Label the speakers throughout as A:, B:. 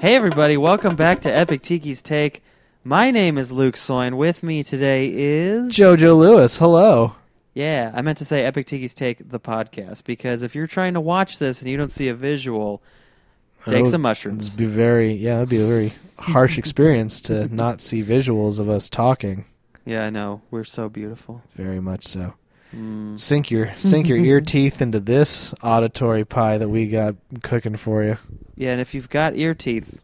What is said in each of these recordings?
A: Hey, everybody, welcome back to Epic Tiki's Take. My name is Luke Soin. With me today is.
B: Jojo Lewis, hello.
A: Yeah, I meant to say Epic Tiki's Take, the podcast, because if you're trying to watch this and you don't see a visual, take
B: It'll-
A: some mushrooms.
B: It'd be very yeah, that'd be a very harsh experience to not see visuals of us talking.
A: yeah, I know. We're so beautiful.
B: Very much so.
A: Mm.
B: Sink your sink your ear teeth into this auditory pie that we got cooking for you.
A: Yeah, and if you've got ear teeth,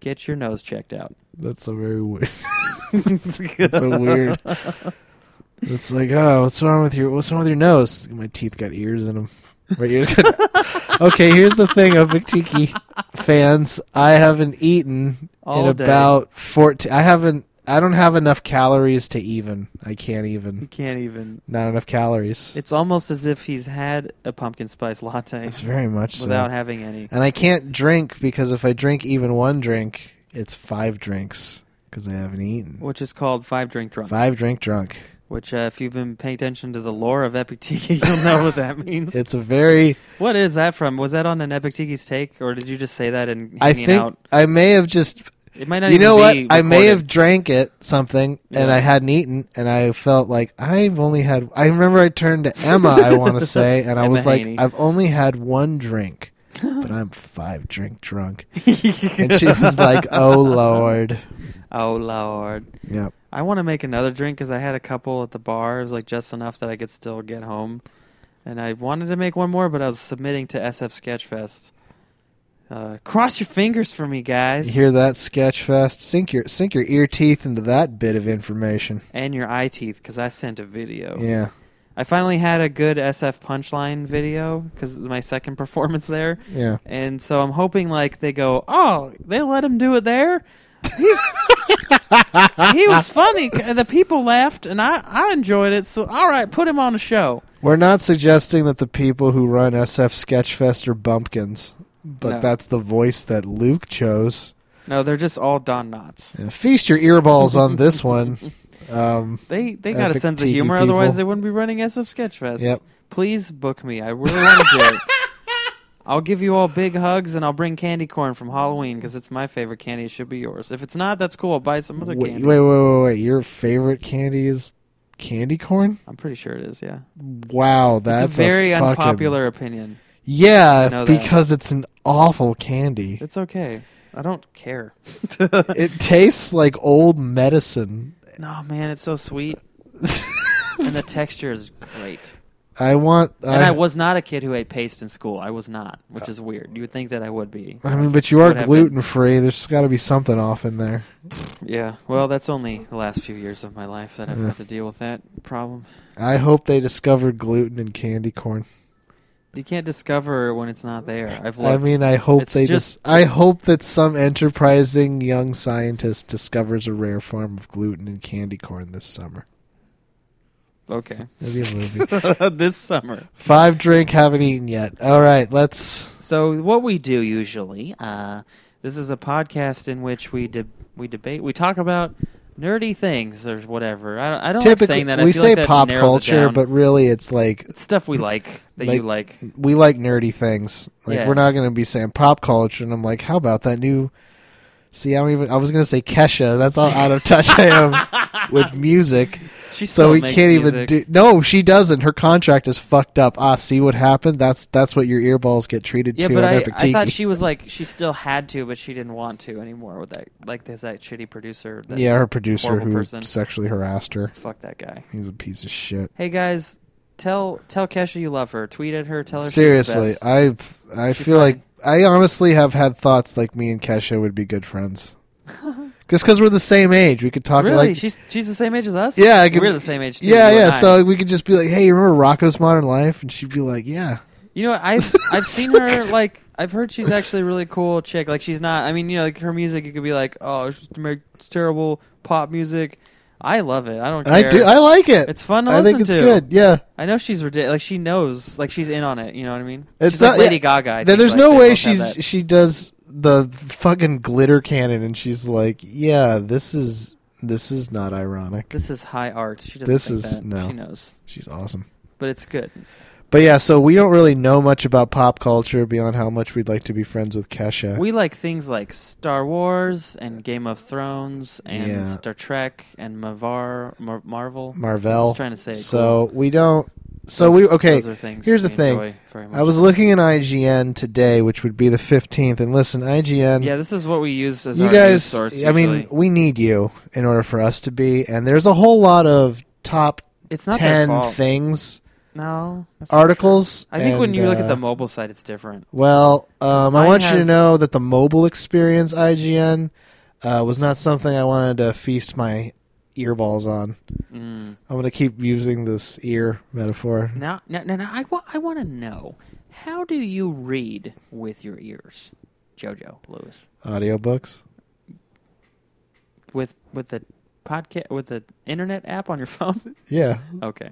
A: get your nose checked out.
B: That's a very weird. that's a weird. It's like, oh, what's wrong with your what's wrong with your nose? My teeth got ears in them. Right ear. okay, here's the thing, Epic Tiki fans. I haven't eaten
A: All
B: in
A: day.
B: about fourteen. I haven't. I don't have enough calories to even. I can't
A: You
B: even.
A: can't even.
B: Not enough calories.
A: It's almost as if he's had a pumpkin spice latte
B: It's very much so.
A: without having any.
B: and I can't drink because if I drink even one drink, it's five drinks because I haven't eaten.
A: Which is called Five Drink Drunk.
B: Five drink drunk.
A: Which, uh, if you've been paying attention to the lore of Epic Tiki, you'll know what that means.
B: It's a very.
A: what is that from? Was that on an Epic Tiki's take, or did you just say that and
B: I
A: hanging
B: think
A: out?
B: I may have just.
A: It might not.
B: You
A: even
B: know what?
A: be
B: I may
A: recorded.
B: have drank it something, and
A: Yeah.
B: I hadn't eaten, and I felt like I've only had. I remember I turned to Emma. I want to say, and I
A: Emma
B: was like,
A: Haney.
B: I've only had one drink, but I'm five drink drunk, and she was like, Oh lord,
A: "Oh Lord,
B: yep.
A: I want to make another drink because I had a couple at the bar. It was like just enough that I could still get home, and I wanted to make one more, but I was submitting to SF Sketchfest. Uh, cross your fingers for me, guys,
B: You hear that sketch fest? Sink your sink your ear teeth into that bit of information.
A: and your eye teeth because I sent a video.
B: Yeah,
A: I finally had a good SF punchline video because my second performance there.
B: yeah.
A: And so I'm hoping like they go, oh, they let him do it there. He's- he was funny. The people laughed, and I I enjoyed it. So all right, put him on a show.
B: We're not suggesting that the people who run SF Sketchfest are bumpkins, but
A: No.
B: that's the voice that Luke chose.
A: No, they're just all Don Knotts.
B: Uh, feast your earballs on this one. Um,
A: They they got a
B: Epic
A: sense of
B: tiki
A: humor,
B: people.
A: otherwise they wouldn't be running SF Sketchfest.
B: Yep.
A: Please book me. I really want to do it. I'll give you all big hugs, and I'll bring candy corn from Halloween because it's my favorite candy. It should be yours. If it's not, that's cool. I'll buy some other
B: wait,
A: candy.
B: wait, wait, wait, wait. Your favorite candy is candy corn?
A: I'm pretty sure it is. Yeah,
B: Wow, that's
A: it's a very
B: fucking-
A: unpopular opinion. I
B: Yeah,
A: know that.
B: because it's an awful candy.
A: It's okay. I don't care.
B: It tastes like old medicine.
A: no, man, it's so sweet, and the texture is great.
B: I want.
A: And
B: I,
A: I was not a kid who ate paste in school. I was not, which is weird. You would think that I would be.
B: I mean, but you are
A: What happened?
B: gluten free. There's got to be something off in there.
A: Yeah. Well, that's only the last few years of my life that I've
B: Yeah.
A: had to deal with that problem.
B: I hope they discovered gluten in candy corn.
A: You can't discover when it's not there. I've looked.
B: I mean, I hope
A: It's
B: they
A: just-
B: just. I hope that some enterprising young scientist discovers a rare form of gluten in candy corn this summer.
A: okay.
B: That'd be a movie.
A: this summer.
B: Five drink, haven't eaten yet. All right, let's.
A: So what we do usually, uh, this is a podcast in which we de- we debate, we talk about nerdy things or whatever. I don't, I don't like
B: typically,
A: saying that. I
B: we
A: feel
B: say
A: like that
B: pop
A: narrows it
B: culture,
A: down.
B: but really, it's like
A: It's stuff we like that you like.
B: we like nerdy things. Like
A: Yeah.
B: we're not going to be saying pop culture, and I'm like, how about that new? See, I don't even. I was going to say Kesha. That's how out of touch I am with music.
A: She
B: so
A: still
B: we
A: makes
B: can't even
A: music.
B: do. No, she doesn't. Her contract is fucked up. Ah, see what happened? That's that's what your earballs get treated
A: Yeah,
B: to.
A: but
B: on
A: I,
B: Epic
A: I thought
B: Tiki.
A: she was like she still had to, but she didn't want to anymore with that. Like there's that shitty producer. That's
B: yeah, her producer
A: horrible
B: who
A: person.
B: sexually harassed her.
A: Fuck that guy.
B: He's a piece of shit.
A: Hey guys, tell tell Kesha you love her. Tweet at her. Tell her she's the
B: Seriously,
A: best.
B: I I
A: She's
B: feel
A: fine.
B: like I honestly have had thoughts like me and Kesha would be good friends. Just because we're the same age, we could talk
A: really
B: like
A: she's she's the same age as us.
B: yeah, I could,
A: we're the same age. Too,
B: Yeah,
A: you and
B: yeah.
A: I.
B: So we could just be like, "Hey, you remember Rocco's Modern Life?" And she'd be like, "Yeah."
A: You know what? I've I've seen her like I've heard she's actually a really cool chick. Like she's not. I mean, you know, like her music. You could be like, oh, it's, just make, it's terrible pop music. I love it. I don't. Care.
B: I do. I like it.
A: It's fun to
B: I think it's
A: listen to.
B: good. Yeah.
A: I know she's ridiculous. Like she knows. Like she's in on it. You know what I mean?
B: It's
A: she's like
B: not-
A: Lady
B: yeah.
A: Gaga. I
B: Th-
A: think,
B: there's
A: like,
B: no
A: they both
B: way
A: have
B: she's
A: that.
B: she does the fucking glitter cannon, and she's like, "Yeah, this is this is not ironic.
A: This is high art. She doesn't.
B: This
A: think
B: is-
A: that.
B: no.
A: She knows,
B: She's awesome."
A: but it's good.
B: But yeah, so we don't really know much about pop culture beyond how much we'd like to be friends with Kesha.
A: We like things like Star Wars and Game of Thrones and
B: Yeah.
A: Star Trek and Mavar Mar- Marvel. I
B: Marvel.
A: was trying to say. it
B: So
A: cool.
B: we don't. So
A: Those-
B: we okay.
A: those are things
B: here's the
A: we
B: thing.
A: enjoy very
B: I
A: much.
B: was looking at IGN today, which would be the fifteenth. And listen, IGN.
A: Yeah, this is what we use as
B: you
A: our news
B: guys.
A: source.
B: I mean,
A: usually.
B: we need you in order for us to be. And there's a whole lot of top
A: it's not their
B: ten
A: fault.
B: things
A: No that's not true.
B: articles.
A: I think when
B: and,
A: you look
B: uh,
A: at the mobile site, it's different.
B: Well,
A: 'Cause
B: um, I
A: mine
B: want you to
A: has-
B: know that the mobile experience IGN uh, was not something I wanted to feast my earballs on.
A: Mm.
B: I'm going to keep using this ear metaphor.
A: Now, now, now, now I, wa- I want to know how do you read with your ears, JoJo Lewis,
B: Audiobooks.
A: with with the podcast with the internet app on your phone?
B: Yeah.
A: Okay,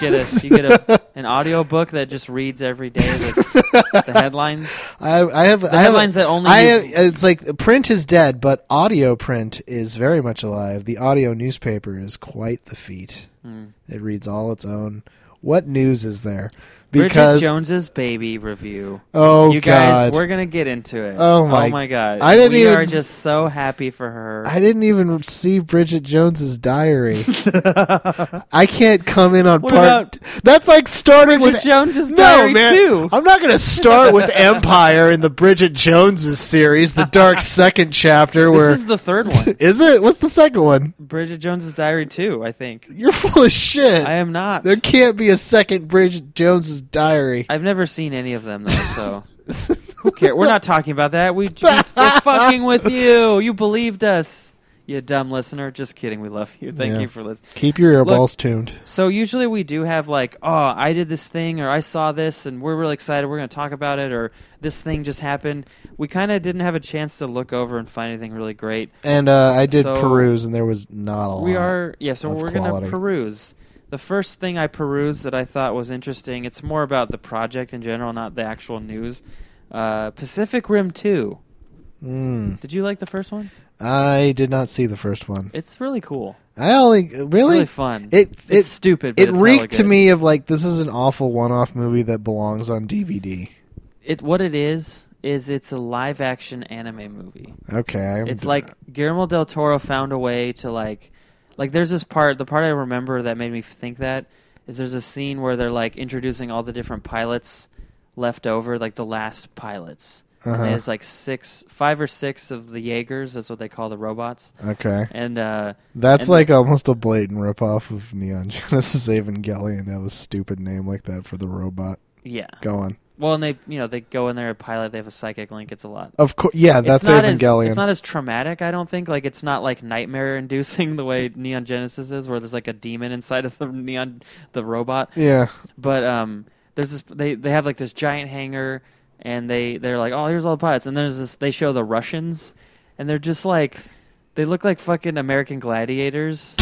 A: get a you get a, an audio book that just reads every day the, the headlines.
B: I, I have I have
A: headlines that only
B: I
A: you-
B: have- it's like print is dead, but audio print is very much alive. The audio newspaper is quite the feat.
A: Mm.
B: It reads all its own. What news is there?
A: Bridget
B: Because
A: Jones's baby review.
B: oh
A: you
B: god,
A: guys, we're gonna get into it.
B: Oh my-
A: god!
B: I didn't
A: we
B: even
A: are
B: s-
A: just so happy for her.
B: I didn't even see Bridget Jones's diary. I can't come in on
A: What
B: part. That's like starting
A: Bridget
B: with
A: Jones's
B: no
A: Diary
B: man.
A: too.
B: I'm not going to start with Empire in the Bridget Jones's series, the dark second chapter. Where
A: This is the third one.
B: Is it? What's the second one?
A: Bridget Jones's Diary too. I think.
B: You're full of shit.
A: I am not.
B: There can't be a second Bridget Jones's diary.
A: I've never seen any of them though, so who cares? We're not talking about that. We we're fucking with you. You believed us, you dumb listener. Just kidding. We love you. Thank
B: Yeah.
A: you for listening.
B: Keep your
A: Look-
B: earballs tuned.
A: So usually we do have like, oh, I did this thing or I saw this and we're really excited. We're going to talk about it or this thing just happened. We kind of didn't have a chance to look over and find anything really great.
B: And uh, I did
A: So-
B: peruse, and there was not a lot.
A: We are yeah, so
B: of
A: we're
B: quality.
A: gonna peruse. The first thing I perused that I thought was interesting, it's more about the project in general, not the actual news. Uh, Pacific Rim two.
B: Mm.
A: Did you like the first one?
B: I did not see the first one.
A: It's really cool.
B: I only really,
A: really fun.
B: It,
A: It's
B: it
A: stupid, but
B: It
A: it's hella
B: reeked to
A: good.
B: me of like this is an awful one-off movie that belongs on DVD.
A: It what it is is it's a live action anime movie.
B: Okay, I'm
A: It's like Guillermo del Toro found a way to like, like there's this part. The part I remember that made me think that is there's a scene where they're like introducing all the different pilots left over, like the last pilots.
B: Uh-huh.
A: And there's like six, five or six of the Jaegers. That's what they call the robots.
B: okay.
A: And uh,
B: That's
A: and-
B: like almost a blatant ripoff of Neon Genesis Evangelion. to Have a stupid name like that for the robot.
A: yeah.
B: Go on.
A: Well, and they you know they go in there a pilot. They have a psychic link. It's a lot.
B: Of course, yeah, Uh, that's
A: it's not
B: Evangelion.
A: As, it's not as traumatic, I don't think. Like it's not like nightmare inducing the way Neon Genesis is, where there's like a demon inside of the neon the robot.
B: yeah,
A: But um, there's this they they have like this giant hangar, and they they're like, oh, here's all the pilots, and there's this they show the Russians, and they're just like, they look like fucking American gladiators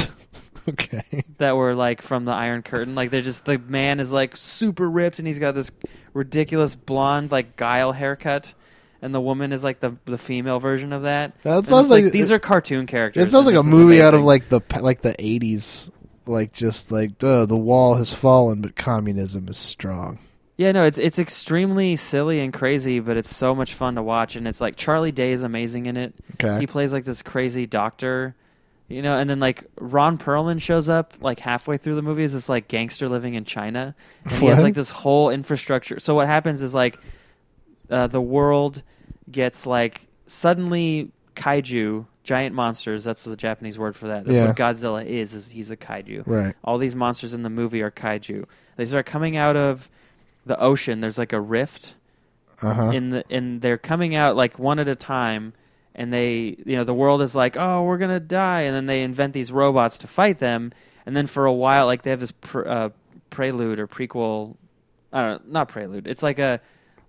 B: okay.
A: that were like from the Iron Curtain. Like they're just the man is like super ripped and he's got this ridiculous blonde like guile haircut, and the woman is like the the female version of that.
B: That
A: And it's
B: sounds like-
A: these are cartoon
B: It
A: characters.
B: sounds like
A: and
B: a
A: this is
B: movie out of
A: amazing.
B: like the pa- like the eighties, like just like duh, the wall has fallen, but communism is strong.
A: yeah no it's it's extremely silly and crazy, but it's so much fun to watch and it's like Charlie Day is amazing in it.
B: Okay.
A: He plays like this crazy doctor. You know, and then like Ron Perlman shows up like halfway through the movie as this like gangster living in China, and he has
B: What?
A: like this whole infrastructure. So what happens is like uh, the world gets like suddenly kaiju giant monsters. That's the Japanese word for that. That's
B: Yeah.
A: what Godzilla is. Is he's a kaiju.
B: Right.
A: All these monsters in the movie are kaiju. They start coming out of the ocean. There's like a rift
B: Uh-huh.
A: in the and they're coming out like one at a time and they you know the world is like oh we're gonna die and then they invent these robots to fight them and then for a while like they have this pr- uh, prelude or prequel i don't know not prelude it's like a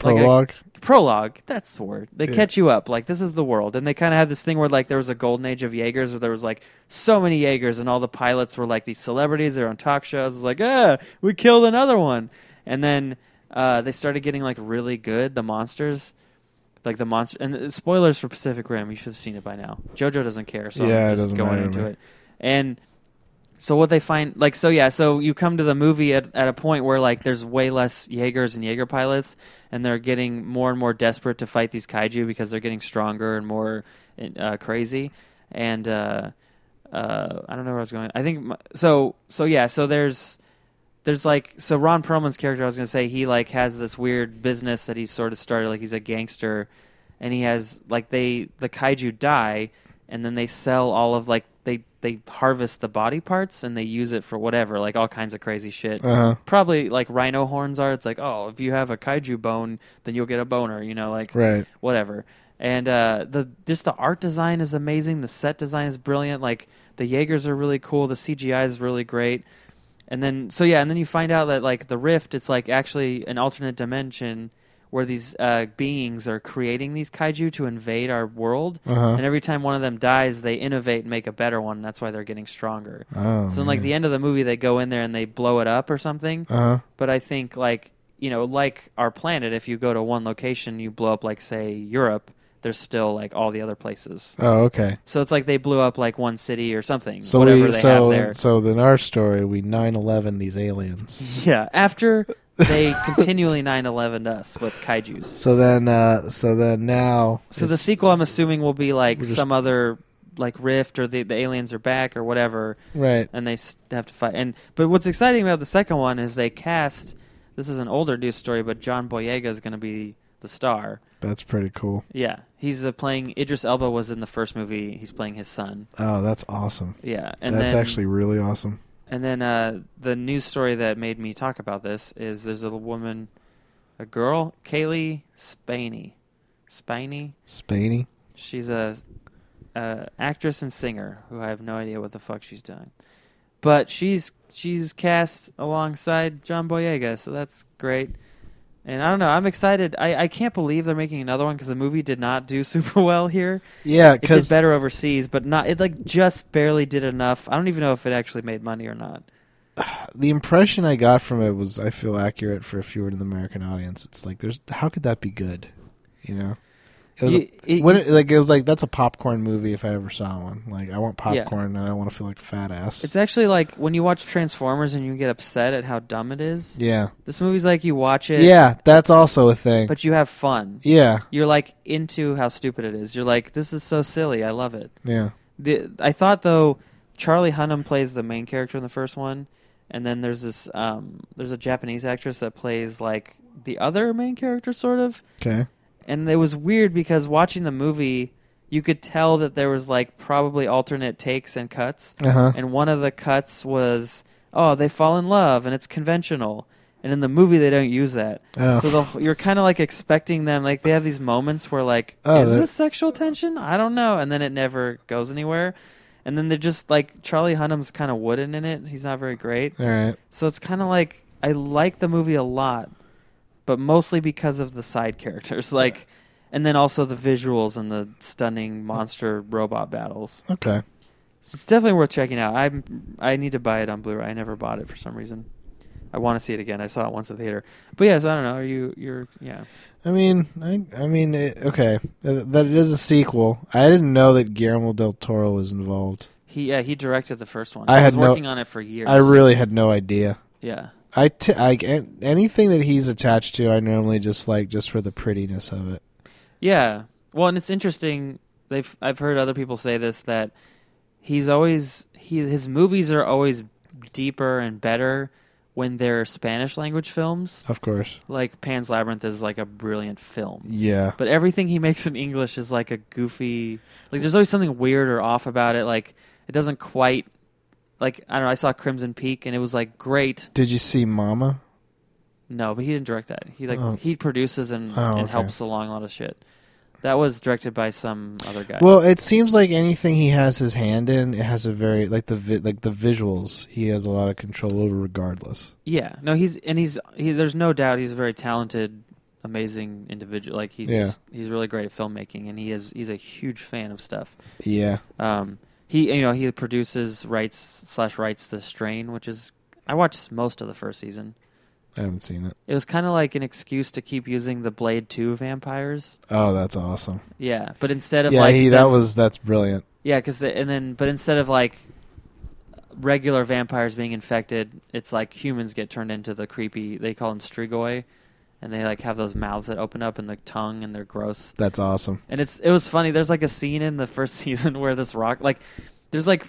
A: like a-
B: Prologue.
A: prologue that's the word they
B: Yeah.
A: catch you up like this is the world and they kind of have this thing where like there was a golden age of jaegers where there was like so many jaegers and all the pilots were like these celebrities they were on talk shows it's like ah we killed another one and then uh, they started getting like really good the monsters like the monster and uh, spoilers for pacific rim you should have seen it by now jojo doesn't care so
B: Yeah, it
A: i'm just
B: doesn't
A: going
B: matter to
A: into
B: me.
A: it and So what they find, like, so yeah, so you come to the movie at, at a point where like there's way less Jaegers and Jaeger pilots, and they're getting more and more desperate to fight these kaiju because they're getting stronger and more uh, crazy. And uh, uh, I don't know where I was going. I think my, so. So yeah, so there's there's like so Ron Perlman's character. I was gonna say he like has this weird business that he's sort of started. Like he's a gangster, and he has like they the kaiju die, and then they sell all of like they they harvest the body parts and they use it for whatever, like all kinds of crazy shit.
B: Uh-huh.
A: Probably like rhino horns are. It's like oh, if you have a kaiju bone, then you'll get a boner. You know, like
B: Right.
A: whatever. And uh, the just the art design is amazing. The set design is brilliant. Like the Jaegers are really cool. The CGI is really great. And then so yeah, and then you find out that like the Rift, it's like actually an alternate dimension where these uh, beings are creating these kaiju to invade our world.
B: Uh-huh.
A: And every time one of them dies, they innovate and make a better one. That's why they're getting stronger.
B: Oh,
A: so then, like the end of the movie, they go in there and they blow it up or something
B: Uh huh.
A: but I think like you know, like our planet, if you go to one location, you blow up like say Europe. There's still like all the other places.
B: Oh, okay.
A: So it's like they blew up like one city or something.
B: So
A: whatever
B: we
A: they
B: so
A: have there.
B: so then our story we 9/11 these aliens.
A: yeah. After they continually 9/11 us with kaiju's.
B: So then uh so then now
A: So the
B: it's-
A: sequel, I'm assuming, will be like
B: We're just-
A: some other like rift or the the aliens are back or whatever.
B: right
A: and they s- have to fight. And but what's exciting about the second one is they cast. This is an older news story, but John Boyega is going to be the star.
B: that's pretty cool.
A: Yeah, he's uh, playing Idris Elba was in the first movie. He's playing his son.
B: Oh, that's awesome.
A: Yeah, and
B: that's
A: then,
B: actually really awesome.
A: And then uh, the news story that made me talk about this is there's a woman, a girl, Kaylee Spaney, Spaney.
B: Spainy.
A: She's a, a actress and singer who I have no idea what the fuck she's doing, but she's she's cast alongside John Boyega, so that's great. And I don't know, I'm excited. I, I can't believe they're making another one because the movie did not do super well here.
B: Yeah,
A: it did
B: because
A: better overseas, but not it like just barely did enough. I don't even know if it actually made money or not.
B: the impression I got from it was I feel accurate for if you were to the American audience. It's like there's how could that be good? You know? It was
A: Y-
B: a,
A: it-
B: what it- like it was like that's a popcorn movie if I ever saw one. Like I want
A: Yeah.
B: popcorn and I want to feel like a fat ass.
A: It's actually like when you watch Transformers and you get upset at how dumb it is.
B: yeah.
A: This movie's like you watch it,
B: yeah, that's also a thing.
A: but you have fun.
B: yeah.
A: You're like into how stupid it is. You're like, this is so silly. I love it.
B: Yeah.
A: The, I thought though, Charlie Hunnam plays the main character in the first one, and then there's this um, there's a Japanese actress that plays like the other main character, sort of.
B: Okay.
A: And it was weird because watching the movie, you could tell that there was like probably alternate takes and cuts.
B: Uh-huh.
A: And one of the cuts was, oh, they fall in love and it's conventional. And in the movie, they don't use that.
B: Oh.
A: So the, you're kind of like expecting them, like they have these moments where like,
B: Oh,
A: is
B: they're-
A: this sexual tension? I don't know. And then it never goes anywhere. And then they're just like Charlie Hunnam's kind of wooden in it. He's not very great.
B: All right.
A: So it's kind of like I like the movie a lot, but mostly because of the side characters, like, and then also the visuals and the stunning monster robot battles.
B: Okay.
A: So it's definitely worth checking out. I I need to buy it on Blu-ray. I never bought it for some reason. I want to see it again. I saw it once at the theater. But yes, I don't know. Are you you're yeah.
B: I mean, I, I mean, it, okay, Th- that it is a sequel. I didn't know that Guillermo del Toro was involved.
A: He yeah, he directed the first one.
B: I
A: he was
B: had no-
A: working on it for years.
B: I really had no idea.
A: yeah.
B: I, t- I an- anything that he's attached to, I normally just like just for the prettiness of it.
A: Yeah. Well, and it's interesting. They've I've heard other people say this that he's always he his movies are always deeper and better when they're Spanish language films.
B: Of course.
A: Like Pan's Labyrinth is like a brilliant film.
B: Yeah.
A: But everything he makes in English is like a goofy like there's always something weird or off about it like it doesn't quite like I don't know I saw Crimson Peak and it was like great.
B: Did you see Mama?
A: No, but he didn't direct that. He like
B: Oh.
A: he produces and,
B: Oh,
A: and
B: okay.
A: helps along a lot of shit. That was directed by some other guy.
B: Well, it seems like anything he has his hand in, it has a very like the vi- like the visuals. He has a lot of control over, regardless.
A: Yeah, no, he's and he's he, there's no doubt he's a very talented, amazing individual. Like he's
B: Yeah.
A: just he's really great at filmmaking, and he is he's a huge fan of stuff.
B: Yeah.
A: Um, he you know he produces writes slash writes the Strain, which is I watched most of the first season.
B: I haven't seen it.
A: It was kind of like an excuse to keep using the Blade Two vampires.
B: Oh, that's awesome.
A: Yeah, but instead of
B: Yeah,
A: like
B: he, that
A: them-
B: was that's brilliant.
A: yeah, because and then but instead of like regular vampires being infected, it's like humans get turned into the creepy. They call them strigoi, and they like have those mouths that open up and the tongue, and they're gross.
B: That's awesome.
A: And it's it was funny. There's like a scene in the first season where this rock like there's like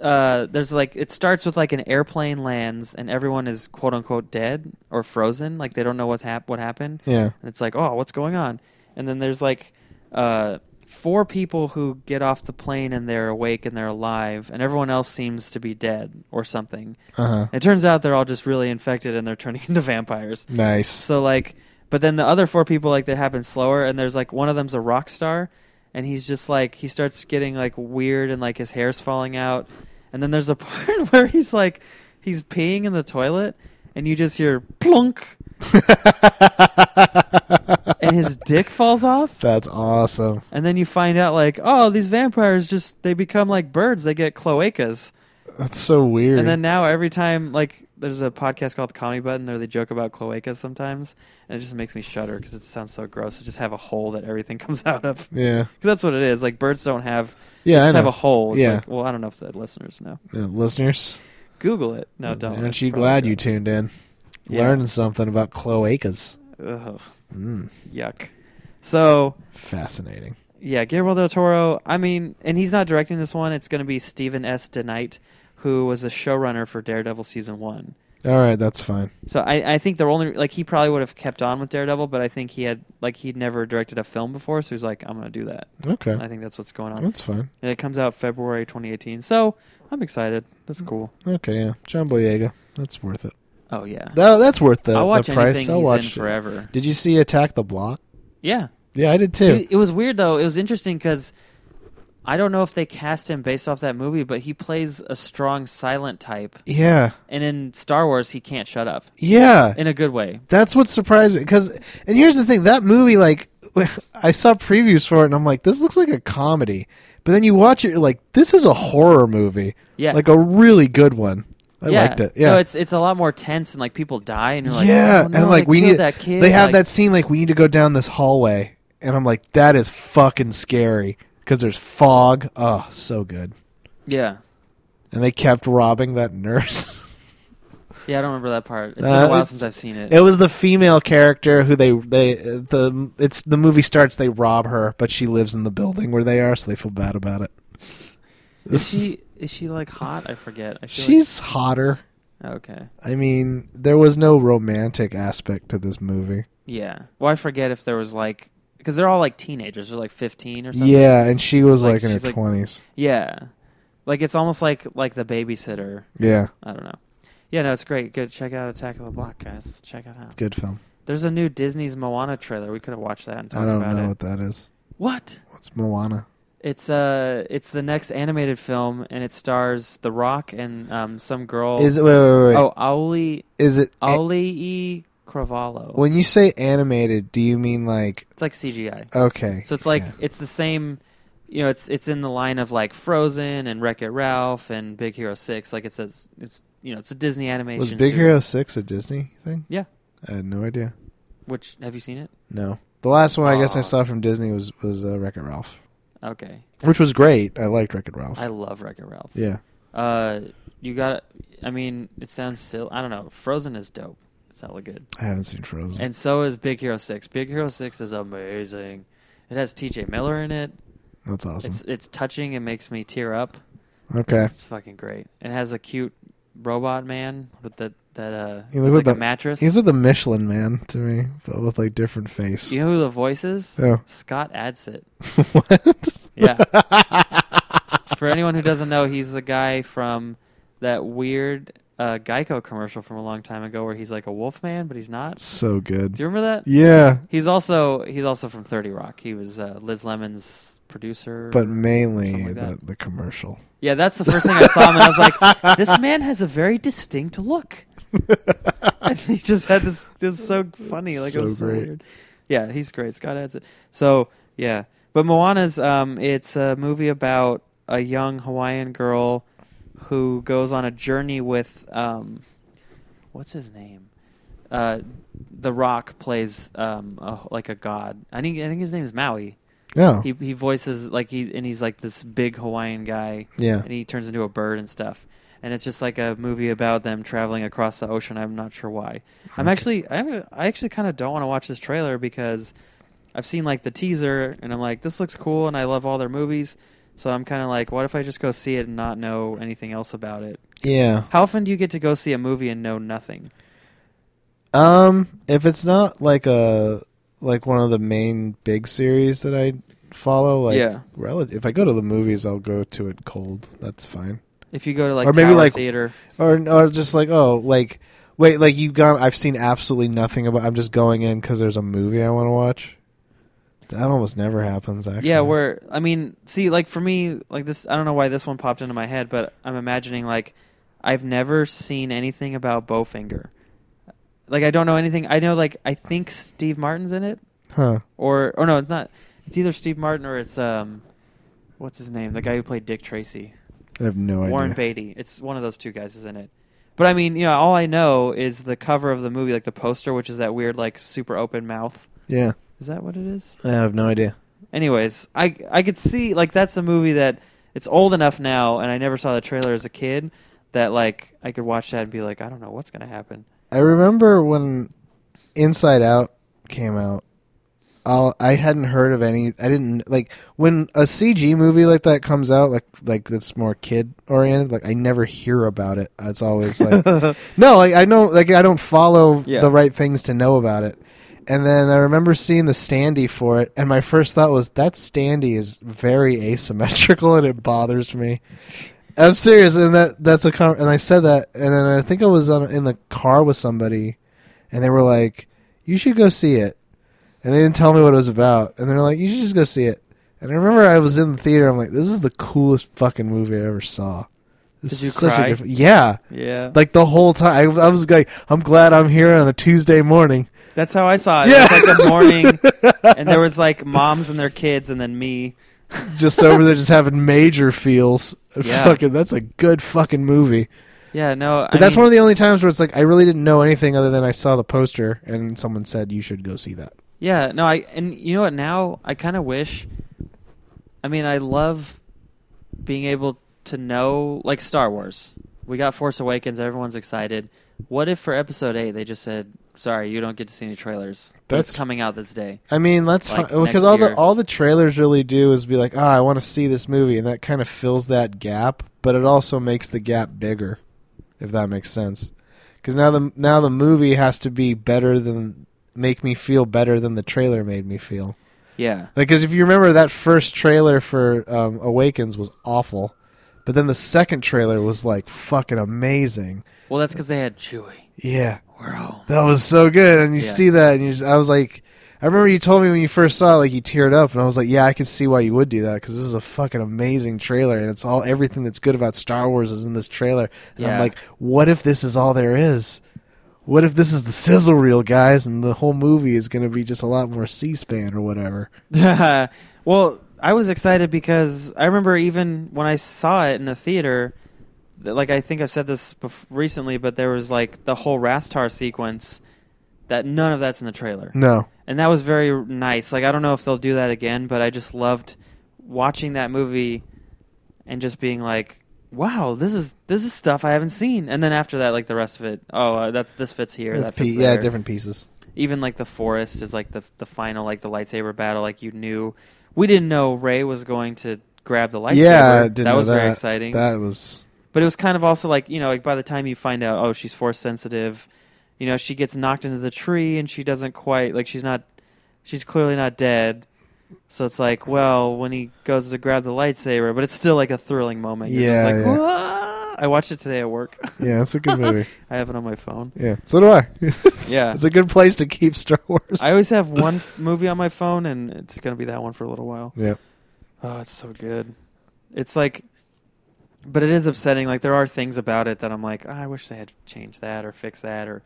A: uh there's like it starts with like an airplane lands and everyone is quote unquote dead or frozen like they don't know what's hap- what happened.
B: Yeah.
A: And it's like, "Oh, what's going on?" And then there's like uh four people who get off the plane and they're awake and they're alive and everyone else seems to be dead or something.
B: Uh huh.
A: It turns out they're all just really infected and they're turning into vampires.
B: Nice.
A: So like, but then the other four people like that happen slower, and there's like one of them's a rock star, and he's just like he starts getting like weird and like his hair's falling out, and then there's a part where he's like he's peeing in the toilet, and you just hear plunk, and his dick falls off.
B: That's awesome.
A: And then you find out like, oh, these vampires just they become like birds. They get cloacas.
B: That's so weird.
A: And then now every time like there's a podcast called Comedy Button where they joke about cloacas sometimes, and it just makes me shudder because it sounds so gross to just have a hole that everything comes out of.
B: Yeah.
A: 'Cause that's what it is. Like birds don't have.
B: Yeah,
A: They
B: I
A: just have
B: know.
A: a hole. It's
B: Yeah.
A: Like, well, I don't know if the listeners know.
B: Yeah, listeners.
A: Google it. No, don't.
B: Aren't you
A: Probably
B: glad you
A: don't.
B: tuned in?
A: Yeah.
B: Learning something about cloacas.
A: Ugh,
B: Mm.
A: yuck. So
B: Fascinating.
A: yeah, Guillermo del Toro. I mean, and he's not directing this one. It's going to be Stephen S. DeKnight, who was the showrunner for Daredevil season one.
B: All right, that's fine.
A: So I, I think the only like he probably would have kept on with Daredevil, but I think he had like he'd never directed a film before, so he's like, I'm gonna do that.
B: Okay.
A: I think that's what's going on.
B: That's fine.
A: and it comes out February 2018. So I'm excited. That's
B: Mm.
A: cool.
B: Okay, yeah. John Boyega. That's worth it.
A: Oh yeah.
B: That, that's worth the,
A: I'll watch
B: the price.
A: anything
B: I'll
A: he's
B: watch
A: in
B: it.
A: forever.
B: Did you see Attack the Block?
A: yeah.
B: Yeah, I did too.
A: It, it was weird though. It was interesting because I don't know if they cast him based off that movie, but he plays a strong silent type,
B: yeah.
A: and in Star Wars he can't shut up
B: Yeah.
A: in a good way.
B: That's what surprised me because, and here's the thing: that movie, like, I saw previews for it, and I'm like, this looks like a comedy. But then you watch it, you're like, this is a horror movie.
A: Yeah.
B: like a really good one. I
A: yeah.
B: liked it. Yeah,
A: No, it's it's a lot more tense and like people die and you're like,
B: yeah,
A: oh, no,
B: and like
A: they
B: we
A: killed
B: need
A: that kid.
B: They have
A: like,
B: that scene like we need to go down this hallway, and I'm like, that is fucking scary because there's fog. Oh, so good.
A: Yeah.
B: And they kept robbing that nurse.
A: Yeah, I don't remember that part. It's
B: Uh,
A: been a while
B: it's-
A: since I've seen it.
B: It was the female character who they they the it's the movie starts they rob her, but she lives in the building where they are, so they feel bad about it.
A: Is she is she like hot? I forget. I feel like-
B: She's hotter.
A: okay.
B: I mean, there was no romantic aspect to this movie.
A: Yeah. Well, I forget if there was like because they're all like teenagers. They're like fifteen or something.
B: Yeah, and she was
A: like
B: like, in
A: she's
B: her
A: like-
B: twenties.
A: Yeah. Like it's almost like like the babysitter.
B: yeah,
A: I don't know. Yeah, no, it's great. Good. Check out Attack of the Block, guys. Check it out.
B: good film.
A: There's a new Disney's Moana trailer. We could have watched that and
B: I
A: talked
B: don't
A: about
B: know
A: it.
B: what that is.
A: What?
B: What's Moana?
A: It's uh, it's the next animated film, and it stars The Rock and um, some girl.
B: Is it wait wait wait? wait.
A: Oh, Auli
B: is it a-
A: Auli E. Cravallo.
B: when you say animated? Do you mean like
A: it's like CGI.
B: okay?
A: So it's like
B: yeah.
A: it's the same. You know, it's it's in the line of like Frozen and Wreck It Ralph and Big Hero Six. Like it's a it's you know it's a Disney animation.
B: was Big
A: series.
B: Hero Six a Disney thing?
A: Yeah.
B: I had no idea.
A: Which have you seen it?
B: No. The last one I guess I
A: Aw.
B: saw from Disney was was uh, Wreck-It Ralph,
A: Okay,
B: which was great. I liked Wreck-It Ralph.
A: I love Wreck It Ralph.
B: yeah.
A: Uh, you got. I mean, it sounds silly. I don't know. Frozen is dope. It's hella good.
B: I haven't seen Frozen.
A: And so is Big Hero Six. Big Hero Six is amazing. It has T.J. Miller in it.
B: That's awesome.
A: It's it's touching. It makes me tear up.
B: okay.
A: It's fucking great. It has a cute robot man with that that uh
B: He
A: looks like
B: looked like
A: a
B: the-
A: mattress.
B: He's the Michelin man to me, but with like different face.
A: you know who the voice is?
B: Oh.
A: Scott Adsit.
B: what?
A: Yeah. For anyone who doesn't know, he's the guy from that weird uh, Geico commercial from a long time ago where he's like a wolf man, but he's not.
B: so good.
A: Do you remember that?
B: Yeah,
A: He's also he's also from Thirty Rock. He was uh, Liz Lemon's producer.
B: but mainly
A: Something like
B: the,
A: that.
B: the commercial.
A: yeah, that's the first thing I saw him, and I was like, this man has a very distinct look. and he just had this. It was so funny. Like
B: So
A: it was so
B: great.
A: weird. Yeah, he's great. Scott adds it. So yeah, but Moana's um, it's a movie about a young Hawaiian girl who goes on a journey with um, what's his name? Uh, the Rock plays um, a, like a god. I think I think his name is Maui.
B: Oh,
A: He he voices like he and he's like this big Hawaiian guy.
B: Yeah.
A: and he turns into a bird and stuff. and it's just like a movie about them traveling across the ocean. I'm not sure why. I'm
B: Okay.
A: actually I haven't- I actually kind of don't want to watch this trailer because I've seen like the teaser and I'm like this looks cool and I love all their movies. So I'm kind of like what if I just go see it and not know anything else about it?
B: Yeah.
A: How often do you get to go see a movie and know nothing?
B: Um, if it's not like a like one of the main big series that I follow, like
A: Yeah.
B: rel- if I go to the movies, I'll go to it cold. That's fine.
A: If you go to like
B: Or maybe,
A: Tower
B: like-
A: theater,
B: Or or just like oh like wait like you gone I've seen absolutely nothing about. I'm just going in because there's a movie I want to watch. That almost never happens. Actually,
A: yeah, where I mean, see, like for me, like this, I don't know why this one popped into my head, but I'm imagining like I've never seen anything about Bowfinger. Like I don't know anything. I know like I think Steve Martin's in it,
B: huh?
A: or or no, it's not. It's either Steve Martin or it's um, what's his name? The guy who played Dick Tracy.
B: I have no idea.
A: Warren Beatty. It's one of those two guys, isn't it? But I mean, you know, all I know is the cover of the movie, like the poster, which is that weird, like super open mouth.
B: Yeah,
A: Is that what it is?
B: I have no idea.
A: Anyways, I I could see like that's a movie that it's old enough now, and I never saw the trailer as a kid. That like I could watch that and be like, I don't know what's gonna happen.
B: I remember when Inside Out came out. I'll, I hadn't heard of any. I didn't like when a CG movie like that comes out, like like that's more kid oriented. Like I never hear about it. It's always like no, like I know, like I don't follow
A: Yeah.
B: the right things to know about it. And then I remember seeing the standee for it, and my first thought was that standee is very asymmetrical, and it bothers me. I'm serious, and that that's a con- and I said that, and then I think I was on, in the car with somebody, and they were like, "You should go see it," and they didn't tell me what it was about, and they're like, "You should just go see it." And I remember I was in the theater. I'm like, "This is the coolest fucking movie I ever saw."
A: Did
B: This is
A: you
B: such a
A: cry?
B: different- yeah,
A: Yeah,
B: like the whole time. I, I was like, "I'm glad I'm here on a Tuesday morning."
A: that's how I saw it.
B: Yeah.
A: It was like the morning, and there was like moms and their kids, and then me.
B: just over there, just having major feels.
A: Yeah.
B: Fucking, that's a good fucking movie.
A: Yeah, no,
B: But that's one of the only times where it's like I really didn't know anything other than I saw the poster and someone said you should go see that.
A: Yeah, no, I and you know what now I kind of wish I mean I love being able to know like Star Wars. We got Force Awakens, everyone's excited. What if for episode 8 they just said, "Sorry, you don't get to see any trailers. That's
B: That's-
A: coming out this day."
B: I mean, that's
A: Like,
B: fine
A: next
B: because all
A: year.
B: the all the trailers really do is be like, "Ah, I want to see this movie," and that kind of fills that gap, but it also makes the gap bigger, if that makes sense. Because now the now the movie has to be better than make me feel better than the trailer made me feel.
A: Yeah.
B: Like, because if you remember, that first trailer for um, Awakens was awful, but then the second trailer was like fucking amazing.
A: Well, that's cuz they had Chewie.
B: Yeah,
A: We're home.
B: that was so good, and you
A: Yeah.
B: see that, and you just, I was like, I remember you told me when you first saw it, like you teared up, and I was like, yeah, I could see why you would do that because this is a fucking amazing trailer, and it's all everything that's good about Star Wars is in this trailer, and
A: Yeah.
B: I'm like, what if this is all there is? What if this is the sizzle reel, guys, and the whole movie is going to be just a lot more C-SPAN or whatever?
A: well, I was excited because I remember even when I saw it in the theater, th- like I think I've said this bef- recently, but there was like the whole Rathtar sequence that none of that's in the trailer.
B: No,
A: And that was very nice. Like I don't know if they'll do that again, but I just loved watching that movie and just being like, "Wow, this is this is stuff I haven't seen." And then after that, like the rest of it, oh, uh, that's this fits here.
B: It's
A: that fits
B: pe- yeah,
A: there
B: different pieces.
A: even like the forest is like the the final like the lightsaber battle like you knew we didn't know Ray was going to grab the lightsaber
B: yeah, I
A: that
B: didn't know
A: was
B: that.
A: very exciting
B: That was
A: but it was kind of also like you know like by the time you find out oh she's force sensitive you know she gets knocked into the tree and she doesn't quite like she's not she's clearly not dead so it's like well when he goes to grab the lightsaber but it's still like a thrilling moment You're just
B: Yeah,
A: like,
B: yeah.
A: "Whoa!" I watched it today at work
B: yeah, it's a good movie.
A: I have it on my phone
B: Yeah, so do I.
A: Yeah.
B: it's a good place to keep Star Wars.
A: I always have one f- movie on my phone, and it's gonna be that one for a little while.
B: yeah,
A: Oh, it's so good. It's like, but it is upsetting. Like there are things about it that I'm like, "Ah, I wish they had changed that or fixed that or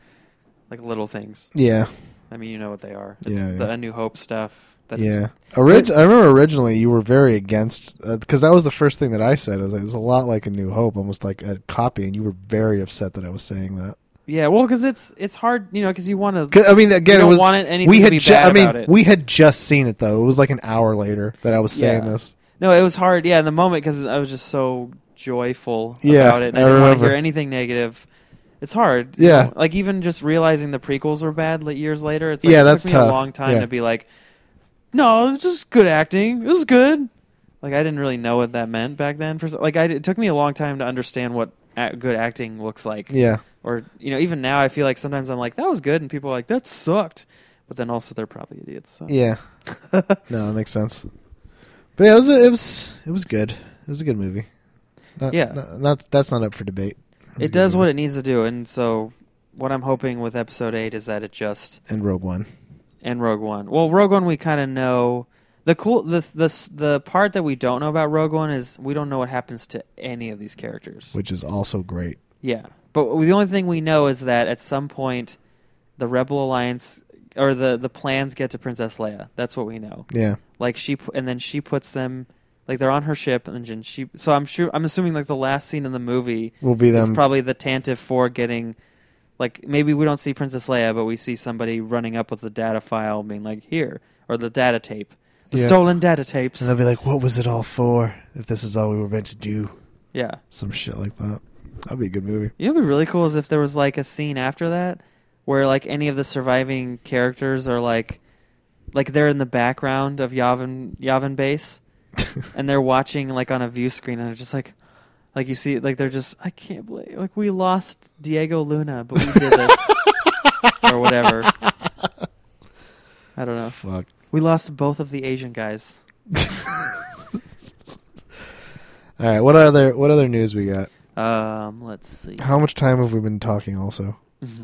A: like little things.
B: yeah,
A: I mean, you know what they are. It's
B: Yeah, yeah.
A: the A New Hope stuff. That is-
B: yeah. Orig- I remember originally you were very against because that was the first thing that I said. I was like, it's a lot like a New Hope, almost like a copy, and you were very upset that I was saying that.
A: yeah. Well, because it's it's hard, you know, because you want
B: 'Cause,
A: to.
B: I mean, again,
A: You
B: it
A: don't
B: was
A: want it- anything
B: we
A: to
B: had.
A: be
B: ju-
A: bad
B: I mean,
A: about it.
B: we had just seen it though. It was like an hour later that I was saying
A: Yeah.
B: this.
A: No, it was hard. Yeah, in the moment, because I was just so joyful
B: Yeah,
A: about it. And I,
B: I
A: didn't want to
B: remember.
A: hear anything negative. It's hard.
B: Yeah.
A: Like even just realizing the prequels were bad li- years later. It's like,
B: Yeah,
A: it
B: that's
A: took me
B: tough.
A: a long time
B: Yeah.
A: to be like, no, it was just good acting. It was good. Like I didn't really know what that meant back then. For s- like, I, it took me a long time to understand what a- good acting looks like.
B: Yeah.
A: Or you know, even now I feel like sometimes I'm like, that was good, and people are like, that sucked. But then also they're probably idiots. So.
B: Yeah. No, that makes sense. But yeah, it was a, it was it was good. It was a good movie. Not,
A: Yeah.
B: not, not- that's not up for debate. was a
A: it
B: good
A: does what
B: movie.
A: it needs to do, and so what I'm hoping with episode eight is that it just
B: and Rogue One.
A: and Rogue One. Well, Rogue One we kind of know the cool the the the part that we don't know about Rogue One is we don't know what happens to any of these characters.
B: which is also great.
A: Yeah, but the only thing we know is that at some point the Rebel Alliance or the the plans get to Princess Leia. That's what we know.
B: Yeah,
A: Like she pu- and then she puts them like they're on her ship and then she so I'm sure I'm assuming like the last scene in the movie
B: will be
A: it's
B: them.
A: probably the Tantive Four getting, like maybe we don't see Princess Leia, but we see somebody running up with the data file, being like, "Here," or the data tape, the
B: Yeah.
A: stolen data tapes.
B: and they'll be like, "What was it all for? If this is all we were meant to do,
A: yeah,
B: some shit like that. That'd be a good movie."
A: you know, what'd be really cool is if there was like a scene after that where like any of the surviving characters are like, like they're in the background of Yavin Yavin base, and they're watching like on a view screen, and they're just like. Like you see, like they're just I can't believe like we lost Diego Luna, uh, but we did this or whatever. I don't know.
B: Fuck.
A: We lost both of the Asian guys.
B: All right. What other What other news we got?
A: Um, let's see. Mm-hmm.
B: How much time have we been talking? Also,
A: yeah,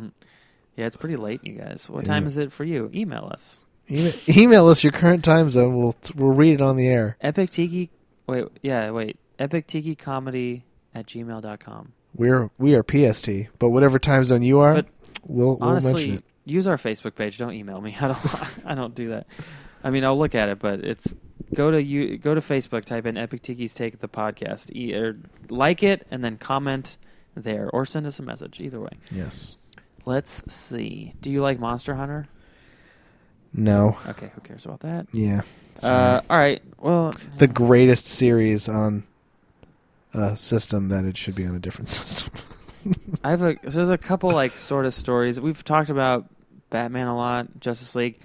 A: it's pretty late, you guys. What
B: Yeah.
A: time is it for you? Email us.
B: E- email us your current time zone. We'll we'll read it on the air.
A: Epic Tiki. Wait, yeah, wait. Epic Tiki Comedy at gmail.com.
B: We're we are PST, but whatever time zone you are,
A: But
B: we'll we'll mention
A: Honestly,
B: it.
A: use our Facebook page. Don't email me. I don't. I don't do that. I mean, I'll look at it, but it's go to you go to Facebook, type in Epic Tiki's Take the podcast, e- or like it, and then comment there, or send us a message. Either way.
B: Yes.
A: Let's see. Do you like Monster Hunter?
B: No.
A: Okay, who cares about that?
B: Yeah.
A: Uh,
B: Sorry.
A: all right. Well,
B: the greatest series on a system that it should be on a different system.
A: I have a so there's a couple like sort of stories we've talked about Batman a lot, Justice League.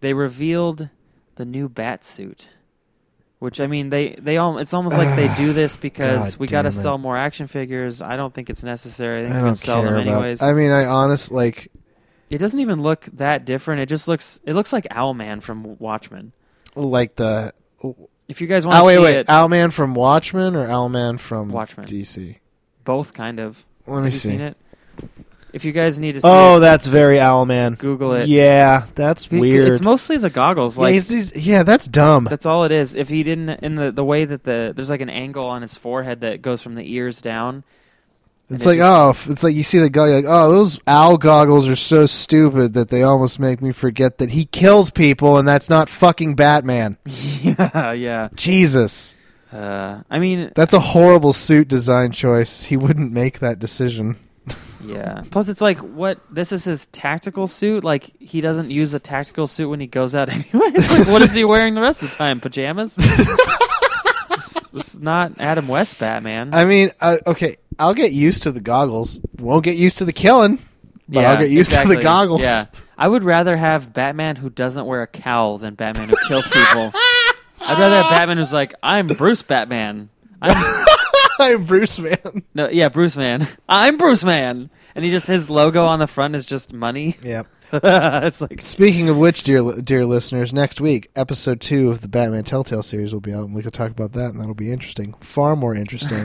A: They revealed the new bat suit, which I mean they they all it's almost like they do this because
B: God
A: we got to
B: damn it.
A: sell more action figures. I don't think it's necessary. I think
B: I
A: we can
B: don't
A: sell
B: care
A: them
B: about.
A: anyways.
B: I mean, I honest like
A: it doesn't e- even look that different. It just looks it looks like Owlman from Watchmen.
B: like the.
A: If you guys want to
B: Oh wait,
A: see
B: wait.
A: it,
B: Owlman from Watchmen or Owlman from
A: Watchmen.
B: DC?
A: both kind of.
B: Let
A: Have
B: me
A: you
B: see.
A: seen it? If you guys need to see
B: Oh,
A: it,
B: that's very Owlman.
A: Google it.
B: Yeah, that's
A: He-
B: weird.
A: It's mostly the goggles.
B: yeah,
A: Like
B: he's- he's- yeah, that's dumb.
A: that's all it is. If he didn't, in the the way that the there's like an angle on his forehead that goes from the ears down.
B: it's
A: it
B: like
A: just-
B: oh, f- it's like you see the guy like oh, those owl goggles are so stupid that they almost make me forget that he kills people and that's not fucking Batman.
A: yeah, yeah.
B: Jesus.
A: Uh, I mean,
B: That's a horrible suit design choice. He wouldn't make that decision.
A: yeah. Plus, it's like what this is his tactical suit. Like he doesn't use a tactical suit when he goes out anyway. It's like, what is he wearing the rest of the time? Pajamas. This- this is not Adam West Batman.
B: I mean, uh, okay, I'll get used to the goggles. Won't get used to the killing, but
A: Yeah,
B: I'll get used to
A: exactly.
B: the goggles.
A: Yeah. I would rather have Batman who doesn't wear a cowl than Batman who kills people. I'd rather have Batman who's like, I'm Bruce Batman. I'm
B: I'm Bruce Man.
A: no, e- yeah, Bruce Man. I'm Bruce Man, and he just his logo on the front is just money.
B: Yep.
A: it's like
B: Speaking of which, dear li- dear listeners, next week episode two of the Batman Telltale series will be out, and we could talk about that, and that'll be interesting, far more interesting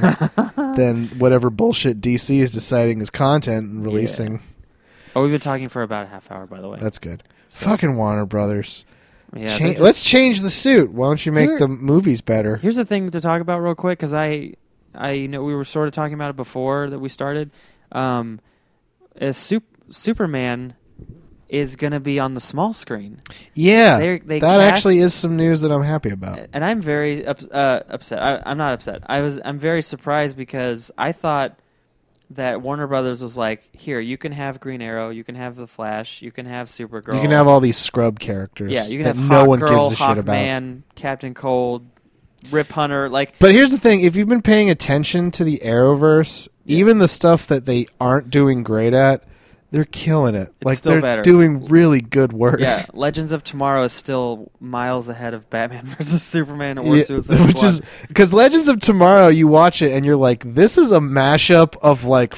B: than whatever bullshit DC is deciding is content and releasing.
A: Oh, we've been talking for about a half hour, by the way.
B: That's good. Fucking Warner Brothers.
A: yeah.
B: Cha-
A: they're just-
B: let's change the suit. Why don't you make
A: Here-
B: the movies better?
A: Here's the thing to talk about real quick because I, I know we were sort of talking about it before that we started. Um, is Sup- Superman is going to be on the small screen,
B: Yeah,
A: They're- they
B: that
A: cast-
B: actually is some news that I'm happy about.
A: and I'm very ups- uh, upset. I, I'm not upset. I was I'm very surprised because I thought that Warner Brothers was like, here you can have Green Arrow, you can have the Flash, you can have Supergirl,
B: You can have all these scrub characters.
A: yeah, you can
B: that
A: have
B: no
A: Hawk
B: one
A: Girl,
B: gives a shit about.
A: Hawkman, Captain Cold, Rip Hunter. Like,
B: But here's the thing: if you've been paying attention to the Arrowverse, even the stuff that they aren't doing great at, they're killing it. like
A: still
B: they're
A: better.
B: doing really good work.
A: yeah, Legends of Tomorrow is still miles ahead of Batman versus Superman or
B: Yeah,
A: Suicide Squad.
B: which is because Legends of Tomorrow, you watch it and you're like, this is a mashup of like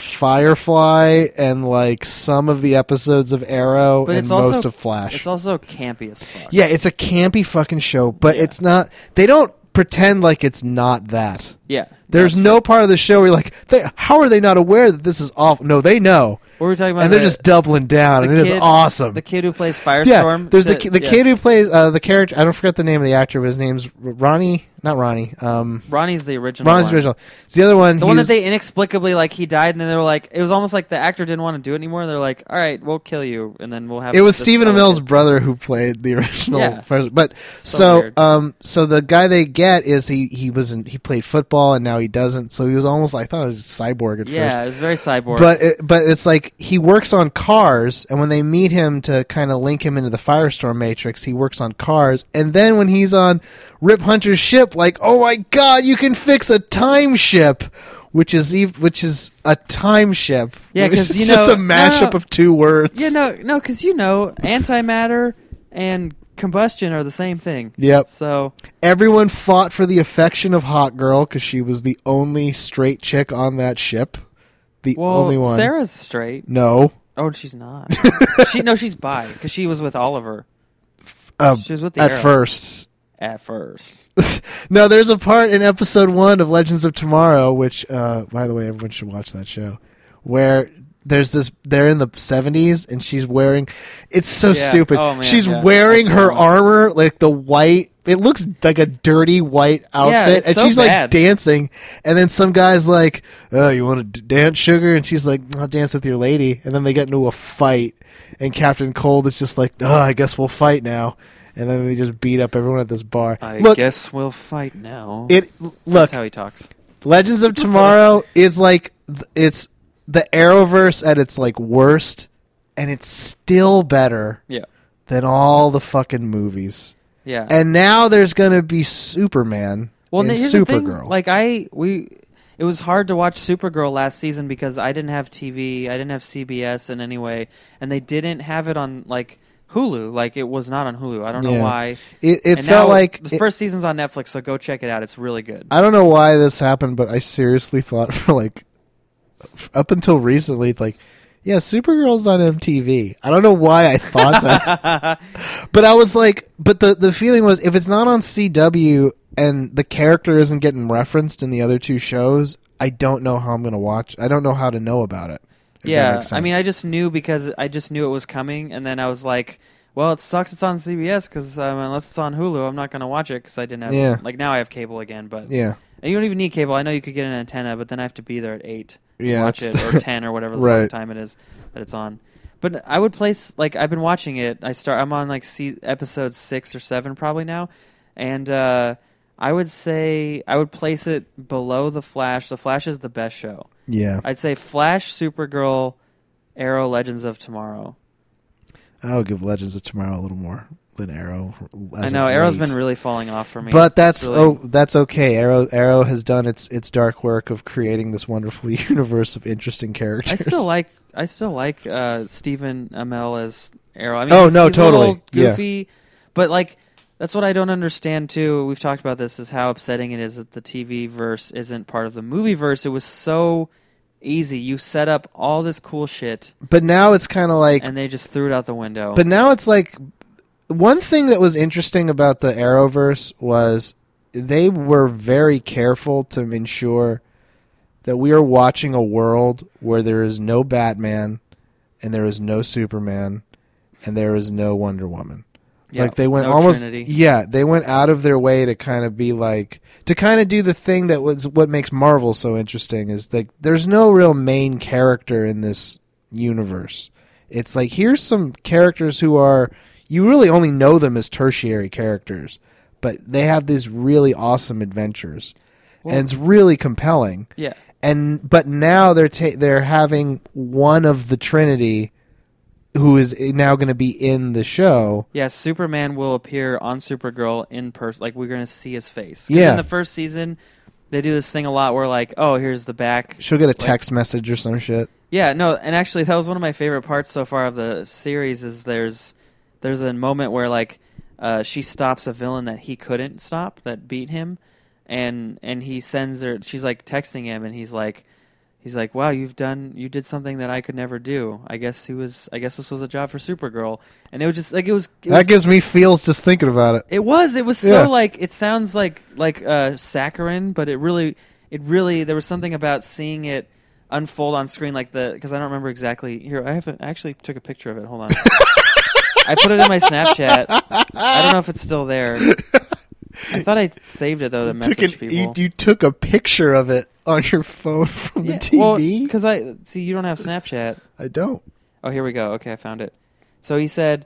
B: Firefly and like some of the episodes of Arrow
A: but
B: and
A: it's also
B: most of Flash.
A: It's also campy as fuck.
B: yeah, it's a campy fucking show, but
A: Yeah.
B: it's not. They don't pretend like it's not that.
A: yeah.
B: There's
A: That's
B: no
A: it.
B: part of the show where you're like, they, how are they not aware that this is awful? No, they know,
A: What were we talking about?
B: and they're
A: the-
B: just doubling down,
A: the
B: and it is
A: kid-
B: awesome.
A: The kid who plays
B: yeah,
A: Firestorm.
B: there's the, ki- the
A: yeah.
B: kid who plays uh, the character. I don't forget the name of the actor, but his name's R- Ronnie, not Ronnie. Um,
A: Ronnie's the original.
B: Ron's
A: one.
B: original. It's the other one.
A: The one
B: he
A: that
B: was-
A: they inexplicably like he died, and then they were like, it was almost like the actor didn't want to do it anymore. They're like, all right, we'll kill you, and then we'll have.
B: it was
A: this
B: Stephen
A: other
B: Amell's
A: kid.
B: brother who played the original
A: Yeah.
B: person. But
A: So
B: so,
A: weird.
B: um, so the guy they get is he he wasn't he played football and now he doesn't. So he was almost like I thought it was a cyborg at first.
A: Yeah, it was very cyborg.
B: But it, but it's like he works on cars, and when they meet him to kind of link him into the Firestorm Matrix, he works on cars. And then when he's on Rip Hunter's ship, like, oh my god, you can fix a time ship, which is ev- which is a time ship.
A: Yeah, 'cause,
B: it's
A: you
B: just
A: know-
B: a mashup
A: no.
B: of two words.
A: yeah, no, no, because you know, antimatter and combustion are the same thing.
B: Yep.
A: So
B: Everyone fought for the affection of Hot Girl because she was the only straight chick on that ship, the
A: well,
B: only one.
A: Sarah's straight.
B: No.
A: Oh, she's not. she no, she's bi because she was with Oliver
B: Uh,
A: She was with the
B: at
A: Arrow.
B: first.
A: at first.
B: no, there's a part in episode one of Legends of Tomorrow, which, uh, by the way, everyone should watch that show, where there's this. They're in the 70s, and she's wearing. It's so
A: Yeah.
B: stupid.
A: Oh, man,
B: she's
A: yeah.
B: wearing
A: That's
B: her
A: so-
B: armor, like the white. It looks like a dirty white outfit,
A: it's
B: and
A: so
B: she's like
A: bad.
B: dancing. And then some guy's like, "Oh, you want to d- dance, sugar?" And she's like, "I'll dance with your lady." And then they get into a fight, and Captain Cold is just like, "Oh, I guess we'll fight now." And then they just beat up everyone at this bar.
A: I
B: Look,
A: guess we'll fight now.
B: it
A: That's
B: look
A: how he talks.
B: Legends of Tomorrow is like th- it's the Arrowverse at its like worst, and it's still better
A: Yeah,
B: than all the fucking movies.
A: yeah.
B: And now there's gonna be Superman
A: Well,
B: and
A: and here's the thing.
B: Supergirl.
A: Like I, we, it was hard to watch Supergirl last season because I didn't have TV, I didn't have CBS in any way, and they didn't have it on like Hulu. Like it was not on Hulu. I don't
B: Yeah.
A: know why.
B: it, it
A: And
B: felt
A: now
B: like
A: the
B: it-
A: first season's on Netflix, so go check it out. It's really good.
B: I don't know why this happened, but I seriously thought for like f- up until recently, like. Yeah, Supergirl's on MTV. I don't know why I thought that. But I was like, but the the feeling was if it's not on CW and the character isn't getting referenced in the other two shows, I don't know how I'm gonna watch. I don't know how to know about it. if that
A: yeah,
B: makes
A: I mean,
B: sense.
A: I just knew because I just knew it was coming, and then I was like, well, it sucks it's on CBS because um, unless it's on Hulu, I'm not gonna watch it because I didn't have.
B: Yeah.
A: Like now I have cable again, but
B: yeah,
A: And you don't even need cable. I know you could get an antenna, but then I have to be there at eight. to
B: Yeah,
A: watch it
B: that's the-
A: or ten or whatever the fuck
B: Right.
A: time it is that it's on. But I would place like I've been watching it. I start. I'm on like se- episode six or seven probably now, and uh, I would say I would place it below the Flash. The Flash is the best show.
B: yeah.
A: I'd say Flash, Supergirl, Arrow, Legends of Tomorrow.
B: I would give Legends of Tomorrow a little more than Arrow. as
A: I know
B: of
A: Arrow's
B: late.
A: been really falling off for me,
B: But
A: It's
B: that's
A: really-
B: oh, that's okay. Arrow Arrow has done its its dark work of creating this wonderful universe of interesting characters.
A: I still like I still like uh, Stephen Amell as Arrow. I mean,
B: Oh,
A: he's-
B: no,
A: he's a little
B: totally. Yeah.
A: goofy, but like that's what I don't understand too. We've talked about this is how upsetting it is that the TV verse isn't part of the movie verse. It was so easy. You set up all this cool shit,
B: but now it's kind of like
A: and they just threw it out the window.
B: But now it's like one thing that was interesting about the Arrowverse was they were very careful to ensure that we are watching a world where there is no Batman and there is no Superman and there is no Wonder Woman.
A: Yeah,
B: like they went
A: no
B: almost
A: Trinity.
B: yeah, they went out of their way to kind of be like to kind of do the thing that was what makes Marvel so interesting is like there's no real main character in this universe. It's like here's some characters who are you really only know them as tertiary characters, but they have these really awesome adventures.
A: Well-
B: and it's really compelling
A: yeah,
B: and but now they're ta- they're having one of the Trinity who is now going to be in the show.
A: Yeah, Superman will appear on Supergirl in person. Like we're gonna see his face. 'Cause
B: Yeah.
A: In the first season, they do this thing a lot where like, oh, here's the back.
B: She'll get a
A: Like-
B: text message or some shit.
A: yeah, no, and actually that was one of my favorite parts so far of the series is there's there's a moment where like uh, she stops a villain that he couldn't stop that beat him, and and he sends her. She's like texting him, and he's like. He's like, "Wow, you've done, you did something that I could never do. I guess he was, I guess this was a job for Supergirl." And it was just like it was. It was
B: that gives me feels just thinking about it.
A: It was. It was so
B: Yeah.
A: like it sounds like like uh, saccharin, but it really, it really there was something about seeing it unfold on screen, like the because I don't remember exactly. Here, I have a, I actually took a picture of it. Hold on, I put it in my Snapchat. I don't know if it's still there. I thought I saved it though to
B: You took,
A: message
B: an- you,
A: people.
B: you took a picture of it on your phone from the TV.
A: because I see you don't have Snapchat.
B: I don't.
A: Oh, here we go. Okay, I found it. So he said,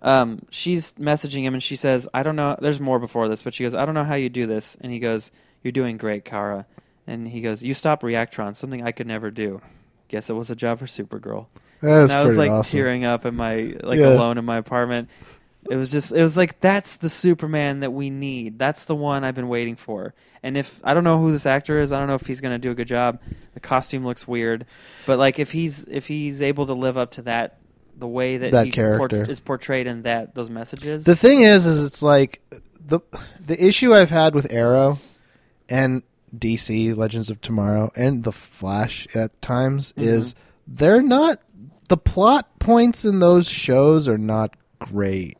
A: um, she's messaging him and she says, I don't know. There's more before this, but she goes, I don't know how you do this. And he goes, You're doing great, Kara. And he goes, You stop Reactron, something I could never do. Guess it was a job for Supergirl. and
B: That's
A: I was
B: pretty
A: like
B: awesome.
A: tearing up in my like
B: Yeah.
A: alone in my apartment. It was just it was like that's the Superman that we need. That's the one I've been waiting for. And if I don't know who this actor is, I don't know if he's going to do a good job. The costume looks weird, but like if he's if he's able to live up to that the way that,
B: That
A: he
B: character.
A: is portrayed in that those messages.
B: The thing is, is it's like the the issue I've had with Arrow and DC Legends of Tomorrow and the Flash at times
A: Mm-hmm.
B: is they're not the plot points in those shows are not great.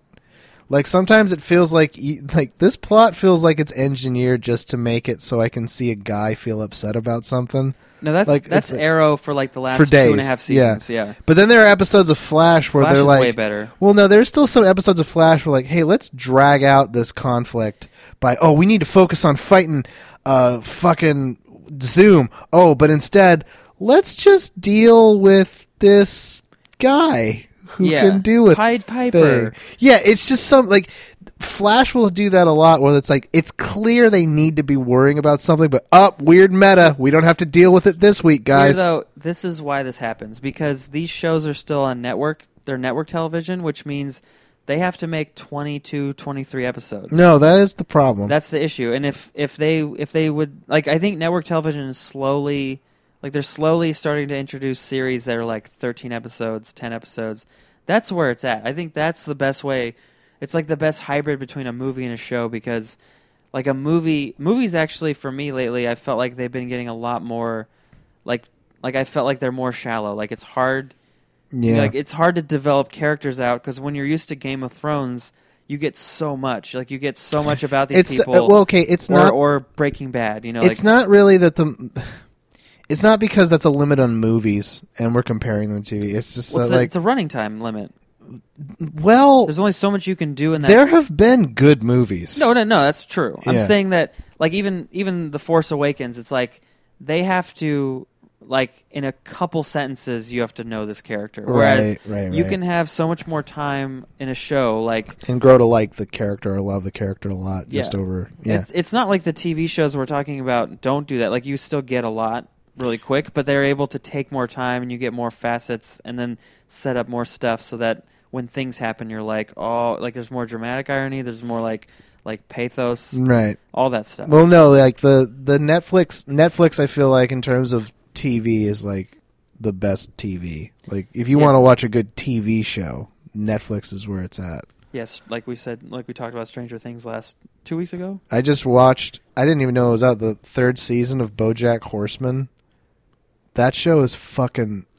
B: Like sometimes it feels like e- like this plot feels like it's engineered just to make it so I can see a guy feel upset about something.
A: no, that's
B: like,
A: that's
B: it's- uh,
A: Arrow for like the last
B: for
A: two and a
B: days,
A: half
B: yeah.
A: seasons. Yeah,
B: But then there are episodes of Flash where
A: Flash
B: they're
A: is
B: like
A: way better.
B: Well, no, there's still some episodes of Flash where like, hey, let's drag out this conflict by oh, we need to focus on fighting uh fucking Zoom. Oh, but instead, let's just deal with this guy who
A: Yeah.
B: can do with
A: Pied Piper.
B: Yeah, it's just some like Flash will do that a lot where it's like it's clear they need to be worrying about something, but up weird meta. We don't have to deal with it this week,
A: Here,
B: guys.
A: though, this is why this happens because these shows are still on network. They're network television, which means they have to make 22, 23 episodes.
B: no, that is the problem.
A: That's the issue. And if if they if they would like, I think network television is slowly like they're slowly starting to introduce series that are like thirteen episodes, ten episodes. That's where it's at. I think that's the best way. It's like the best hybrid between a movie and a show because like a movie movies actually for me lately I felt like they've been getting a lot more like like I felt like they're more shallow. Like it's hard
B: yeah.
A: like it's hard to develop characters out because when you're used to Game of Thrones, you get so much. Like you get so much about these
B: it's
A: people.
B: uh, well, okay. It's
A: or,
B: not
A: or Breaking Bad. You know,
B: it's
A: like,
B: not really that the it's not because that's a limit on movies and we're comparing them to TV. It's just
A: what's
B: that,
A: the-
B: like
A: it's a running time limit.
B: well,
A: There's only so much you can do in that.
B: there have been good movies.
A: no, no, no. That's true. I'm
B: Yeah.
A: saying that like even even the Force Awakens, it's like they have to like in a couple sentences you have to know this character. Whereas
B: Right, right,
A: you
B: right.
A: can have so much more time in a show. Like
B: and grow to like the character or love the character a lot just
A: Yeah.
B: over yeah.
A: It's, it's not like the TV shows we're talking about don't do that. Like you still get a lot really quick, but they're able to take more time and you get more facets and then set up more stuff so that when things happen you're like, "Oh, like there's more dramatic irony, there's more like like pathos,
B: right.
A: all that stuff."
B: Well, no, like the the Netflix Netflix I feel like in terms of TV is like the best TV. Like if you
A: Yeah.
B: want to watch a good TV show, Netflix is where it's at.
A: yes, like we said like we talked about Stranger Things last 2 weeks ago.
B: I just watched. I didn't even know it was out. The third season of BoJack Horseman. That show is fucking.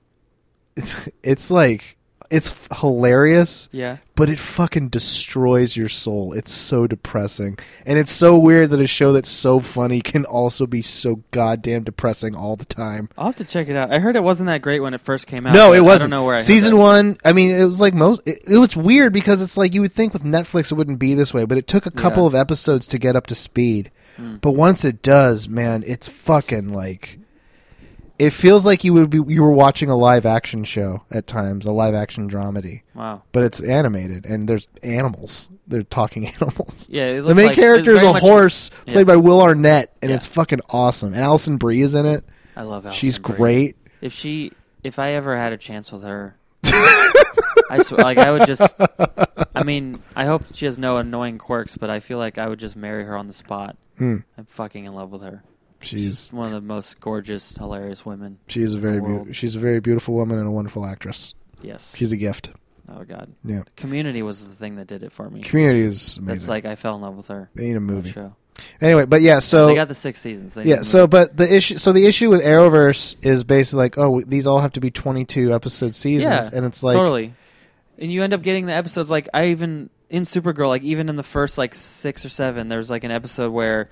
B: It's, it's like it's f- hilarious,
A: Yeah.
B: but it fucking destroys your soul. It's so depressing, and it's so weird that a show that's so funny can also be so goddamn depressing all the time.
A: I'll have to check it out. I heard it wasn't that great when it first came out.
B: No,
A: but
B: it wasn't.
A: I don't know where I heard
B: Season
A: that.
B: one. I mean, it was like most. It, it was weird because it's like you would think with Netflix it wouldn't be this way, but it took a couple
A: Yeah.
B: of episodes to get up to speed.
A: Mm.
B: But once it does, man, it's fucking like. It feels like you would be you were watching a live action show at times, a live action dramedy,
A: Wow.
B: but it's animated and there's animals. They're talking animals.
A: Yeah, it
B: the
A: looks
B: main
A: like-
B: character
A: it
B: is
A: very
B: a
A: much-
B: horse
A: yeah.
B: played by Will Arnett, and
A: Yeah.
B: it's fucking awesome. And Alison Brie is in it.
A: I love Alison
B: She's
A: Brie.
B: great.
A: If she if I ever had a chance with her I sw- like, I would just- I mean, I hope she has no annoying quirks, but I feel like I would just marry her on the spot.
B: Hmm.
A: I'm fucking in love with her.
B: She's
A: one of the most gorgeous, hilarious women.
B: She is a
A: in the
B: very
A: world.
B: beau- she's a very beautiful woman and a wonderful actress.
A: yes.
B: She's a gift.
A: oh god.
B: Yeah.
A: Community was the thing that did it for me.
B: Community is amazing.
A: That's like I fell in love with her.
B: They need a
A: That
B: movie.
A: Show.
B: Anyway, but yeah, so
A: they got the six seasons. They need
B: yeah,
A: a
B: so
A: movie.
B: but the issue so the issue with Arrowverse is basically like oh w- these all have to be 22 episode seasons
A: Yeah,
B: and it's like
A: totally. And you end up getting the episodes like I even in Supergirl, like even in the first like six or seven, there was like an episode where,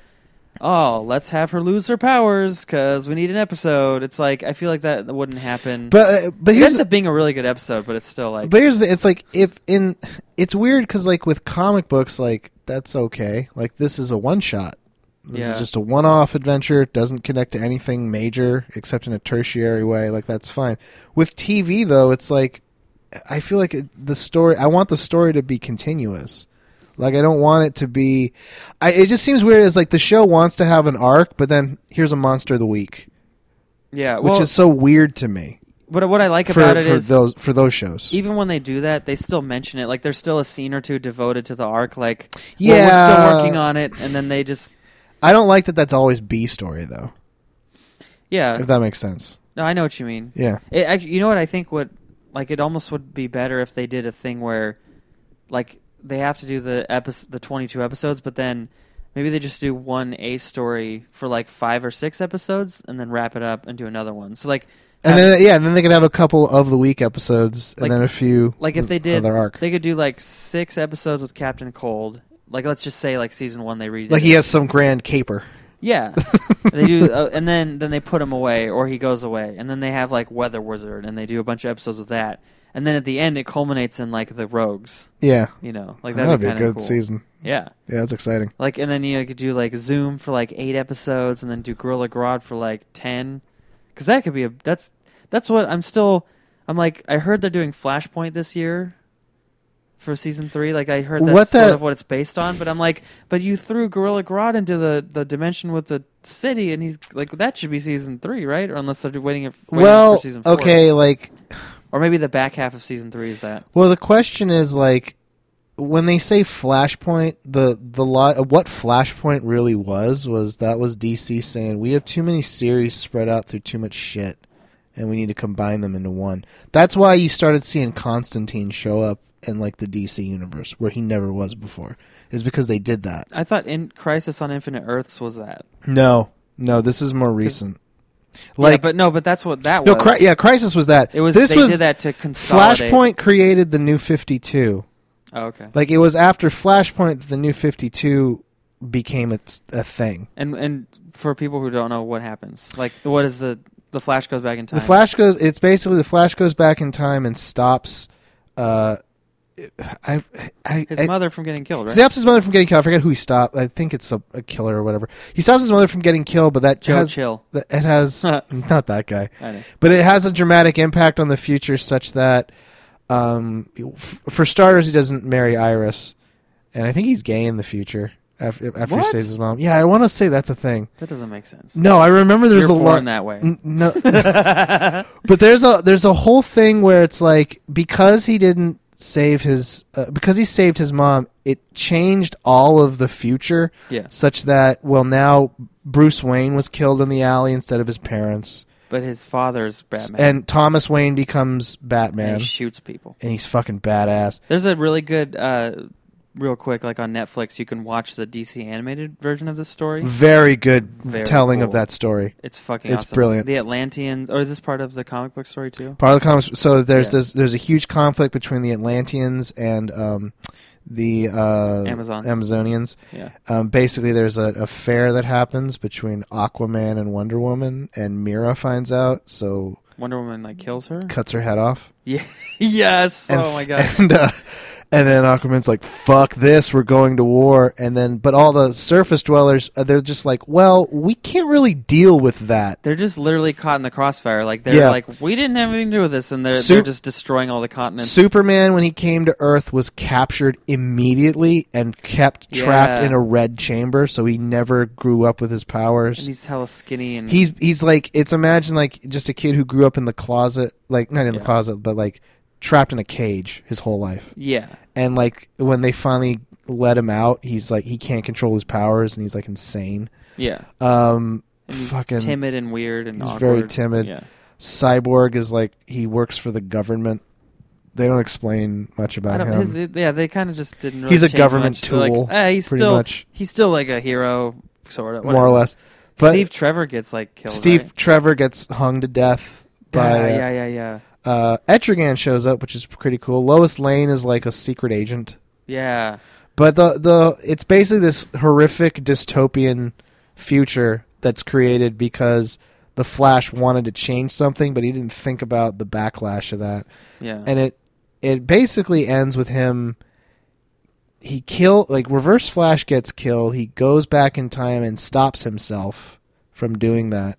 A: oh, let's have her lose her powers because we need an episode. It's like I feel like that wouldn't happen.
B: but uh, but
A: it
B: here's
A: ends
B: the-
A: up being a really good episode, but it's still like
B: but here's the it's like if in it's weird because like with comic books like that's okay like this is a one shot this
A: Yeah.
B: is just a one off adventure it doesn't connect to anything major except in a tertiary way like that's fine with TV though it's like I feel like it, the story I want the story to be continuous like I don't want it to be I it just seems weird it's like the show wants to have an arc but then here's a monster of the week
A: yeah.
B: which
A: Well,
B: is so weird to me
A: but what I like
B: for,
A: about it is.
B: for those for those shows
A: even when they do that, they still mention it. Like there's still a scene or two devoted to the arc. Like, yeah, we're
B: Yeah.
A: still working on it, and then they just,
B: I don't like that that's always B story though.
A: yeah.
B: if that makes sense.
A: no, I know what you mean.
B: Yeah.
A: It, act- you know what I think would, like, it almost would be better if they did a thing where, like, they have to do the episode, the 22 episodes, but then maybe they just do one A story for like five or six episodes, and then wrap it up and do another one. So like,
B: And
A: have-
B: then yeah, and then they could have a couple of the week episodes and
A: Like-
B: then a few
A: like if
B: with
A: they did
B: other arc.
A: they could do like six episodes with Captain Cold. Like, let's just say like season one they read
B: like he has some grand caper.
A: Yeah, they do, uh, and then then they put him away, or he goes away, and then they have like Weather Wizard, and they do a bunch of episodes with that, and then at the end it culminates in like the Rogues,
B: Yeah.
A: you know, like
B: that
A: that'd,
B: would be, a
A: kinda
B: good
A: cool.
B: season.
A: Yeah,
B: Yeah, that's exciting.
A: like and then you know, you could do like Zoom for like eight episodes, and then do Gorilla Grodd for like ten, because that could be a that's that's what I'm still I'm like I heard they're doing Flashpoint this year. For season three, like I heard that's
B: What
A: sort
B: the-
A: of what it's based on, but I'm like, but you threw Gorilla Grodd into the, the dimension with the city, and he's like, that should be season three, right? Or unless they're waiting, if, waiting
B: well,
A: for season four.
B: okay, like
A: or maybe the back half of season three is that.
B: well the question is like when they say Flashpoint, the the lot what Flashpoint really was was that was DC saying we have too many series spread out through too much shit, and we need to combine them into one. That's why you started seeing Constantine show up in like the DC universe where he never was before, is because they did that.
A: I thought in Crisis on Infinite Earths was that.
B: No, no, this is more recent.
A: yeah,
B: Like
A: but no, but that's what that
B: no,
A: was.
B: cri- yeah, Crisis was that.
A: It was
B: this
A: they
B: was
A: did that to consolidate.
B: Flashpoint created the New Fifty Two.
A: Oh, okay.
B: Like it was after Flashpoint that the new 52 became a, a thing.
A: And and for people who don't know what happens, like the- what is the the Flash goes back in time.
B: The Flash goes it's basically the Flash goes back in time and stops uh I I,
A: his
B: I
A: mother from getting killed, right?
B: stops his mother from getting killed. I forget who he stopped. I think it's a, a killer or whatever. He stops his mother from getting killed, but that
A: Joe
B: has
A: Chill.
B: that- it has not that guy.
A: I know.
B: But it has a dramatic impact on the future such that um f- for starters he doesn't marry Iris and I think he's gay in the future after, after he
A: What?
B: saves his mom. Yeah, I want to say that's a thing.
A: That doesn't make sense.
B: No, I remember there's
A: You're
B: a
A: born
B: lot.
A: that way.
B: N- no, but there's a there's a whole thing where it's like because he didn't save his uh, because he saved his mom, it changed all of the future
A: yeah,
B: such that well now Bruce Wayne was killed in the alley instead of his parents,
A: but his father's Batman
B: and Thomas Wayne becomes Batman,
A: and
B: and,
A: he shoots people.
B: he's fucking badass.
A: There's a really good, uh, real quick, like on Netflix, you can watch the DC animated version of this story.
B: Very good
A: Very
B: telling of
A: cool.
B: that story.
A: It's fucking.
B: It's
A: awesome.
B: brilliant.
A: The Atlanteans, or is this part of the comic book story too?
B: Part of the comics. So there's
A: Yeah.
B: this, there's a huge conflict between the Atlanteans and um, the uh,
A: Amazons.
B: Amazonians.
A: Yeah.
B: Um, basically, there's a affair that happens between Aquaman and Wonder Woman, and Mira finds out, so
A: Wonder Woman like kills her.
B: cuts her head off.
A: Yeah. yes.
B: And,
A: oh my god.
B: And uh, and then Aquaman's like, "Fuck this, we're going to war." And then, but all the surface dwellers, uh, they're just like, "Well, we can't really deal with that."
A: They're just literally caught in the crossfire. Like they're
B: Yeah.
A: like, we didn't have anything to do with this, and they're
B: Su-
A: they're just destroying all the continents.
B: Superman, when he came to Earth, was captured immediately and kept trapped
A: Yeah.
B: in a red chamber, so he never grew up with his powers.
A: and he's hella skinny and
B: he's he's like it's imagine like just a kid who grew up in the closet like not in the
A: Yeah.
B: closet but like trapped in a cage his whole life.
A: Yeah.
B: And like when they finally let him out, he's like he can't control his powers and he's like insane.
A: Yeah.
B: Um
A: And he's
B: fucking
A: timid and weird and
B: he's
A: awkward.
B: very timid.
A: Yeah.
B: Cyborg is like he works for the government. They don't explain much
A: I
B: about
A: don't,
B: him.
A: his, yeah, they kind of just didn't. Really
B: He's a
A: change
B: government
A: much. They're like,
B: tool,
A: "Eh, he's
B: pretty
A: still
B: much.
A: he's still like a hero, sort of.
B: more or less. But
A: Steve Trevor gets like killed.
B: Steve
A: right?
B: Trevor gets hung to death by
A: yeah,
B: uh,
A: yeah, yeah, yeah,
B: uh Etrigan shows up, which is pretty cool. Lois Lane is like a secret agent.
A: yeah.
B: But the the it's basically this horrific dystopian future that's created because the Flash wanted to change something, but he didn't think about the backlash of that.
A: yeah.
B: And it it basically ends with him he kill like reverse flash gets killed he goes back in time and stops himself from doing that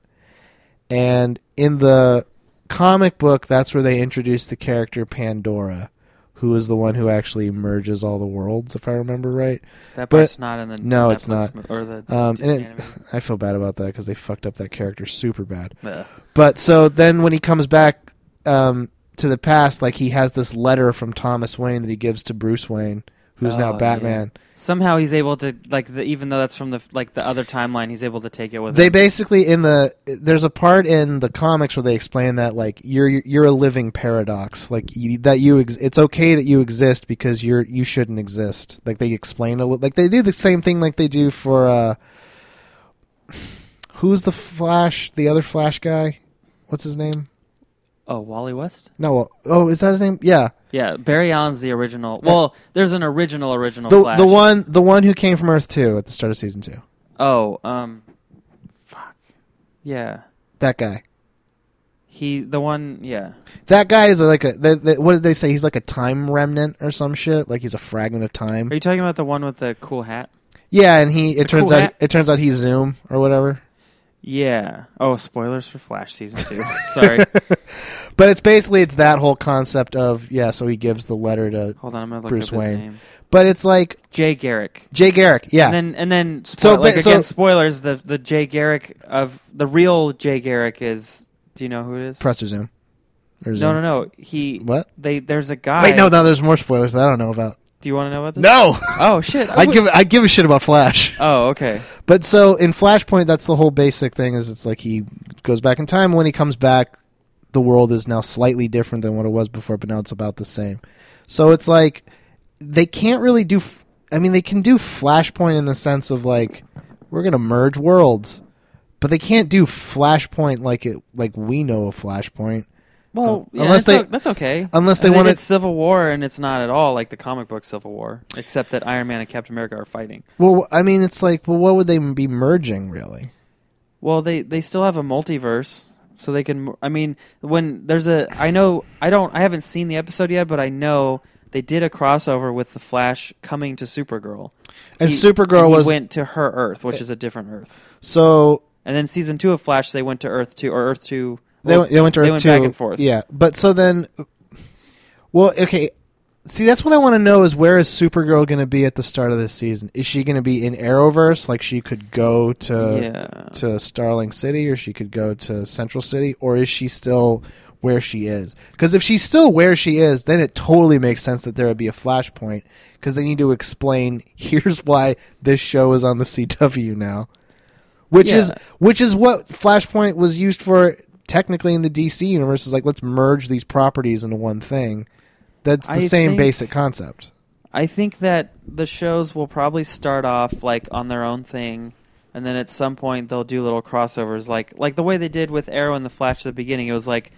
B: and in the comic book that's where they introduce the character pandora who is the one who actually merges all the worlds if i remember right
A: that
B: but-
A: part's not in the
B: no,
A: Netflix
B: it's not.
A: mo- or the
B: um, and it,
A: animated.
B: i feel bad about that because they fucked up that character super bad
A: Ugh.
B: but so then when he comes back um, to the past like he has this letter from thomas wayne that he gives to bruce wayne who's
A: Oh,
B: now
A: yeah.
B: batman
A: Somehow he's able to like the, even though that's from the like the other timeline, he's able to take it with
B: they
A: him.
B: basically in the there's a part in the comics where they explain that like you're you're a living paradox like you, that you ex- it's okay that you exist because you're you shouldn't exist like they explain a little like they do the same thing like they do for uh who's the flash the other flash guy what's his name
A: oh, Wally West.
B: no well, oh is that his name yeah
A: Yeah, Barry Allen's the original. Well, there's an original original.
B: the
A: Flash.
B: the one the one who came from Earth two at the start of season two
A: Oh, um, fuck. Yeah,
B: that guy
A: he the one. Yeah.
B: that guy is like a they, they, what did they say he's like a time remnant or some shit like he's a fragment of time
A: Are you talking about the one with the cool hat?
B: Yeah, and he
A: The
B: it turns
A: cool
B: out
A: hat.
B: it turns out he's Zoom or whatever.
A: Yeah. Oh, spoilers for Flash season two. Sorry.
B: But it's basically it's that whole concept of yeah. So he gives the letter to,
A: Hold on, I'm gonna look
B: Bruce
A: up his
B: Wayne.
A: name.
B: but it's like
A: Jay Garrick.
B: Jay Garrick. Yeah,
A: And then and then
B: So,
A: so,
B: but-
A: like
B: so-
A: again spoilers the the Jay Garrick of the real Jay Garrick is do you know who it is?
B: Presser Zoom. Or
A: no, no, no. He
B: What?
A: they there's a guy.
B: Wait, no, no. There's more spoilers that I don't know about.
A: Do you want to know about this?
B: No.
A: Oh shit.
B: I
A: would-
B: give I give a shit about Flash.
A: Oh okay.
B: But so in Flashpoint, that's the whole basic thing. Is it's like he goes back in time. When he comes back, the world is now slightly different than what it was before, but now it's about the same. So it's like they can't really do. F- I mean, they can do Flashpoint in the sense of like we're gonna merge worlds, but they can't do Flashpoint like it like we know of Flashpoint.
A: Well, yeah,
B: unless
A: unless
B: they-
A: they that's okay.
B: unless they
A: And
B: wanted-
A: it's Civil War and it's not at all like the comic book Civil War, except that Iron Man and Captain America are fighting.
B: Well, I mean, it's like well, what would they be merging really?
A: Well, they they still have a multiverse, so they can. I mean, when there's a, I know I don't, I haven't seen the episode yet, but I know they did a crossover with the Flash coming to Supergirl,
B: And
A: He-
B: Supergirl
A: and he
B: was Eh.
A: went to her Earth, which is a different Earth.
B: so
A: And then season two of Flash, they went to Earth two or Earth two.
B: They
A: well,
B: went, they went to Earth
A: they went
B: two.
A: back and forth.
B: Yeah, but so then, well, okay. See, that's what I want to know is where is Supergirl going to be at the start of this season? Is she going to be in Arrowverse, like she could go to
A: yeah.
B: to Starling City, or she could go to Central City, or is she still where she is? Because if she's still where she is, then it totally makes sense that there would be a flashpoint. Because they need to explain here's why this show is on the CW now which
A: Yeah.
B: is which is what Flashpoint was used for technically in the DC universe is like let's merge these properties into one thing. That's the
A: I
B: same
A: think-
B: basic concept.
A: I think that the shows will probably start off like on their own thing, and then at some point they'll do little crossovers, like like the way they did with Arrow and the Flash at the beginning. It was like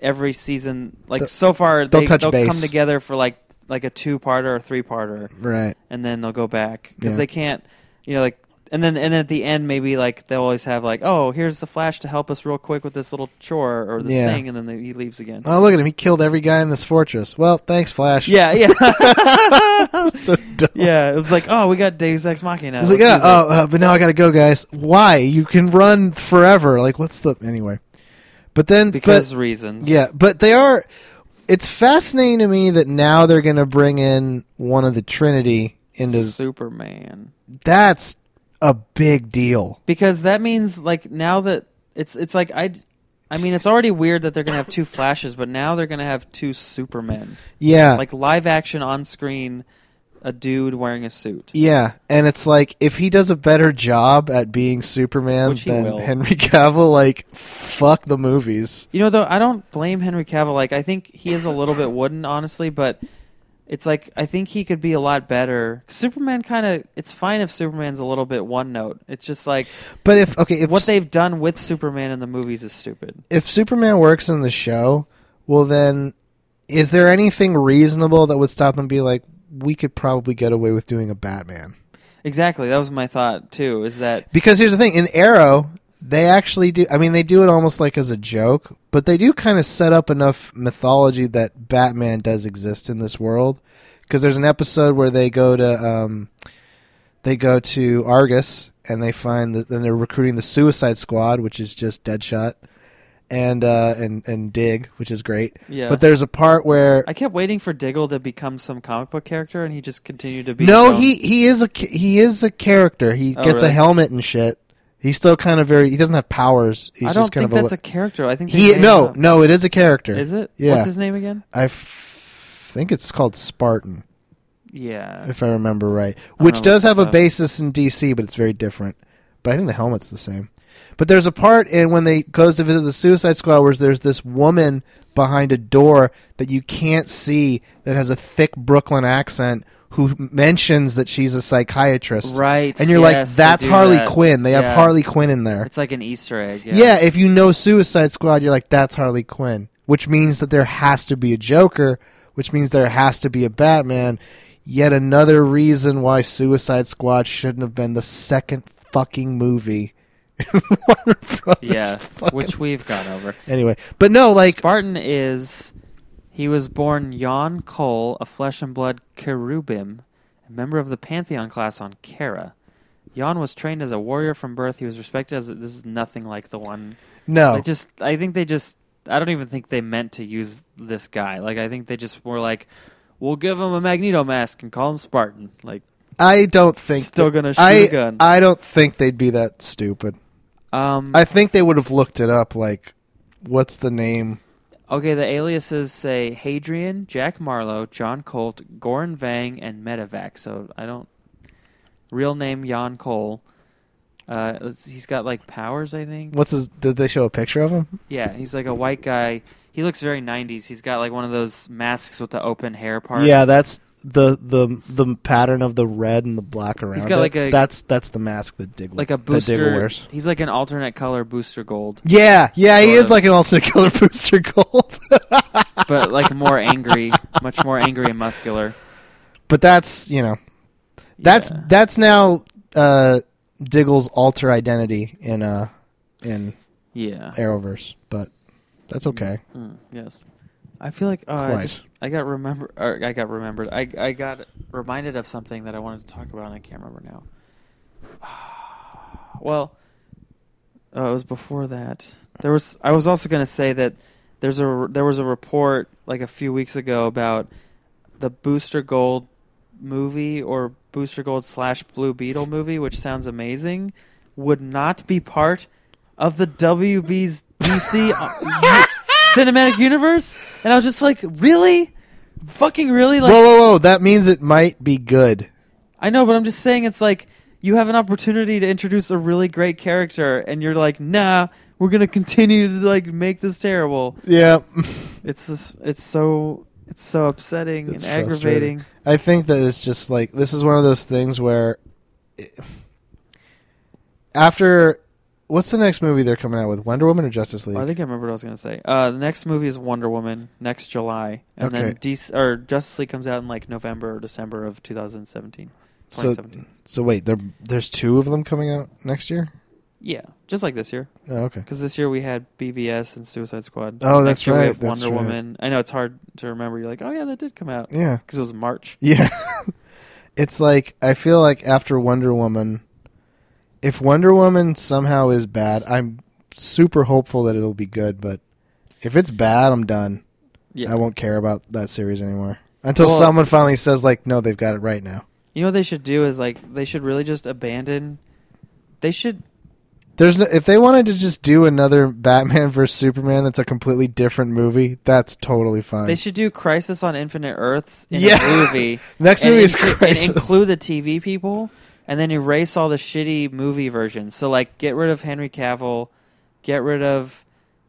A: every season, like
B: The-
A: so far
B: they'll
A: they,
B: touch
A: they'll
B: base.
A: come together for like like a two parter or three parter,
B: Right.
A: and then they'll go back because
B: Yeah.
A: they can't, you know, like. And then, and then at the end, maybe like they'll always have like, oh, here's the Flash to help us real quick with this little chore or this
B: Yeah.
A: thing, and then they, he leaves again.
B: Oh, look at him. He killed every guy in this fortress. Well, thanks Flash.
A: Yeah, yeah.
B: so dumb.
A: Yeah, it was like, oh, we got Deus Ex Machina.
B: He's like, yeah, oh, uh, but now I gotta go, guys. Why? You can run forever. Like, what's the anyway? But then,
A: because
B: but,
A: reasons.
B: yeah, but they are. It's fascinating to me that now they're gonna bring in one of the Trinity into.
A: Superman.
B: That's a big deal.
A: Because that means like now that it's it's like I I mean, it's already weird that they're gonna have two flashes, but now they're gonna have two Supermen,
B: Yeah.
A: like live action on screen, a dude wearing a suit.
B: Yeah, and it's like if he does a better job at being Superman
A: Which he
B: than
A: will.
B: Henry Cavill, like fuck the movies.
A: You know, though, I don't blame Henry Cavill. Like, I think he is a little bit wooden, honestly, but it's like I think he could be a lot better. Superman kind of it's fine if Superman's a little bit one note. It's just like
B: But if okay, if
A: what they've done with Superman in the movies is stupid.
B: if Superman works in the show, well then is there anything reasonable that would stop them be like we could probably get away with doing a Batman?
A: Exactly, that was my thought too. Is that
B: Because here's the thing, in Arrow, they actually do I mean they do it almost like as a joke, but they do kind of set up enough mythology that Batman does exist in this world because there's an episode where they go to um they go to Argus and they find that then they're recruiting the Suicide Squad, which is just Deadshot and uh and and Dig, which is great.
A: Yeah.
B: But there's a part where
A: I kept waiting for Diggle to become some comic book character, and he just continued to be.
B: No,
A: his own-
B: he he is a ca- he is a character. He
A: Oh,
B: gets a
A: really?
B: helmet and shit. He's still kind of very. He doesn't have powers. He's
A: I
B: just
A: don't
B: kind
A: think
B: of
A: that's
B: a,
A: a character. I think they
B: he
A: made
B: no
A: him up.
B: no. It is a character.
A: Is it?
B: Yeah.
A: What's his name again?
B: I f- think it's called Spartan,
A: Yeah.
B: if I remember right.
A: don't
B: Which
A: know
B: does
A: what
B: have a
A: that's up.
B: basis in DC, but it's very different. But I think the helmet's the same. But there's a part in when they goes to visit the Suicide Squad where there's this woman behind a door that you can't see that has a thick Brooklyn accent who mentions that she's a psychiatrist.
A: Right.
B: and you're
A: yes,
B: like
A: they
B: that's
A: do
B: harley
A: that.
B: quinn they
A: Yeah.
B: have harley quinn in there
A: It's like an Easter egg.
B: yeah. if you know suicide squad you're like that's harley quinn which means that there has to be a joker which means there has to be a batman yet another reason why suicide squad shouldn't have been the second fucking movie in Warner Brothers
A: yeah,
B: fucking-
A: which we've gone over.
B: anyway but no like
A: Spartan is he was born Jan Cole, a flesh and blood cherubim, a member of the Pantheon class on Kara. Jan was trained as a warrior from birth. He was respected as this is nothing like the one.
B: no
A: Like just I think they just I don't even think they meant to use this guy. Like I think they just were like we'll give him a magneto mask and call him Spartan. Like
B: i don't think
A: Still
B: that-
A: gonna shoot
B: I,
A: a gun.
B: i don't think they'd be that stupid
A: um
B: i think they would have looked it up like what's the name
A: Okay, the aliases say Hadrian, Jack Marlowe, John Colt, Goran Vang, and Medivac. So I don't. Real name Jan Cole. Uh, let's- he's got like powers, I think.
B: What's his? Did they show a picture of him?
A: Yeah, he's like a white guy. He looks very '90s. He's got like one of those masks with the open hair part.
B: Yeah, that's the the the pattern of the red and the black around.
A: got
B: it.
A: like a-
B: that's that's the mask that Diggle
A: like a
B: that
A: booster.
B: Diggle wears.
A: He's like an alternate color booster gold,
B: Yeah, yeah, he
A: Sort
B: is
A: of.
B: like an alternate color booster gold.
A: but like more angry, much more angry and muscular.
B: But that's you know, that's
A: Yeah.
B: that's now uh, Diggle's alter identity in uh in
A: Yeah.
B: Arrowverse. But that's okay.
A: Mm, yes. I feel like uh, I
B: Quite.
A: just I got remember or I got remembered. I I got reminded of something that I wanted to talk about and I can't remember now. well, uh, it was before that. There was I was also going to say that there's a there was a report like a few weeks ago about the Booster Gold movie or Booster Gold slash Blue Beetle movie, which sounds amazing, would not be part of the WB's DC uh, cinematic universe. And I was just like, really, fucking really, like
B: whoa, whoa, whoa! That means it might be good.
A: I know, but I'm just saying it's like you have an opportunity to introduce a really great character, and you're like, nah, we're gonna continue to like make this terrible.
B: Yeah.
A: It's just, it's so it's so upsetting
B: It's
A: and
B: frustrating.
A: aggravating.
B: I think that it's just like this is one of those things where it- after what's the next movie they're coming out with? Wonder Woman or Justice League?
A: Oh, I think I remember what I was gonna say. Uh, the next movie is Wonder Woman next July, and then
B: Okay.
A: DC, or Justice League comes out in like November or December of 2017,
B: so
A: 2017.
B: so wait, there there's two of them coming out next year?
A: yeah, just like this year.
B: Oh, okay.
A: Because this year we had BVS and Suicide Squad.
B: Oh,
A: Next
B: that's
A: year
B: right,
A: We have
B: that's
A: Wonder
B: right.
A: Woman. I know it's hard to remember. You're like, oh yeah, that did come out.
B: Yeah.
A: because it was March.
B: Yeah. it's like I feel like after Wonder Woman if Wonder Woman somehow is bad, I'm super hopeful that it'll be good, but if it's bad, I'm done.
A: Yeah,
B: I won't care about that series anymore. Until
A: Well-
B: someone finally says like, "No, they've got it right now."
A: You know what they should do is like they should really just abandon. They should
B: There's no, if they wanted to just do another Batman versus Superman that's a completely different movie, that's totally fine.
A: They should do Crisis on Infinite Earths in
B: Yeah.
A: a movie.
B: Next
A: and
B: movie is
A: inclu-
B: Crisis.
A: And include the TV people, and then erase all the shitty movie versions. So like, get rid of Henry Cavill, get rid of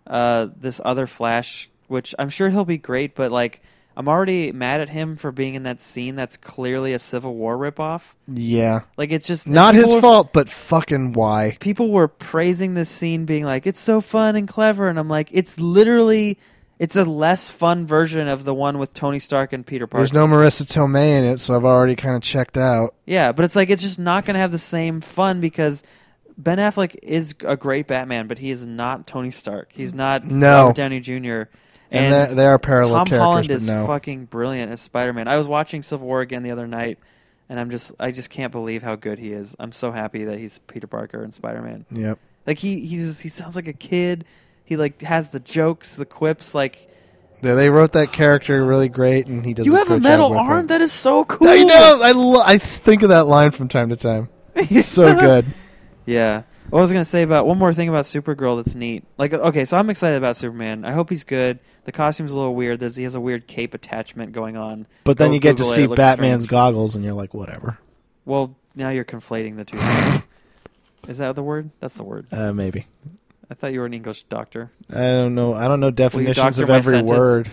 A: uh, this other Flash, which I'm sure he'll be great, but like, I'm already mad at him for being in that scene that's clearly a Civil War ripoff.
B: yeah,
A: Like, it's just
B: not
A: people
B: his
A: were-
B: fault, but fucking why?
A: People were praising this scene, being like, "It's so fun and clever," and I'm like, "It's literally." It's a less fun version of the one with Tony Stark and Peter Parker.
B: There's no Marissa Tomei in it, so I've already kind of checked out.
A: Yeah, but it's like it's just not going to have the same fun because Ben Affleck is a great Batman, but he is not Tony Stark. He's not
B: No.
A: Robert Downey Jr.
B: And, there there are parallel
A: Tom Holland
B: characters,
A: is
B: but no.
A: fucking brilliant as Spider Man. I was watching Civil War again the other night, and I'm just I just can't believe how good he is. I'm so happy that he's Peter Parker and Spider Man.
B: Yep.
A: Like he he's he sounds like a kid. He like has the jokes, the quips. Like
B: Yeah, they wrote that character really great, and he does.
A: you
B: a
A: have a
B: good
A: metal
B: job with
A: arm
B: it.
A: that is so cool.
B: I know. I lo- I think of that line from time to time. It's so good.
A: Yeah. What I was gonna say about one more thing about Supergirl that's neat. Like, okay, so I'm excited about Superman. I hope he's good. The costume's a little weird. There's, he has a weird cape attachment going on.
B: But then
A: Go
B: you get to
A: Google it.
B: see
A: It looks
B: Batman's
A: strange.
B: goggles, and you're like, whatever.
A: Well, now you're conflating the two. things. Is that the word? That's the word.
B: Uh, maybe.
A: I thought you were an English doctor.
B: I don't know. I don't know definitions
A: doctor
B: of
A: my
B: every
A: sentence?
B: word.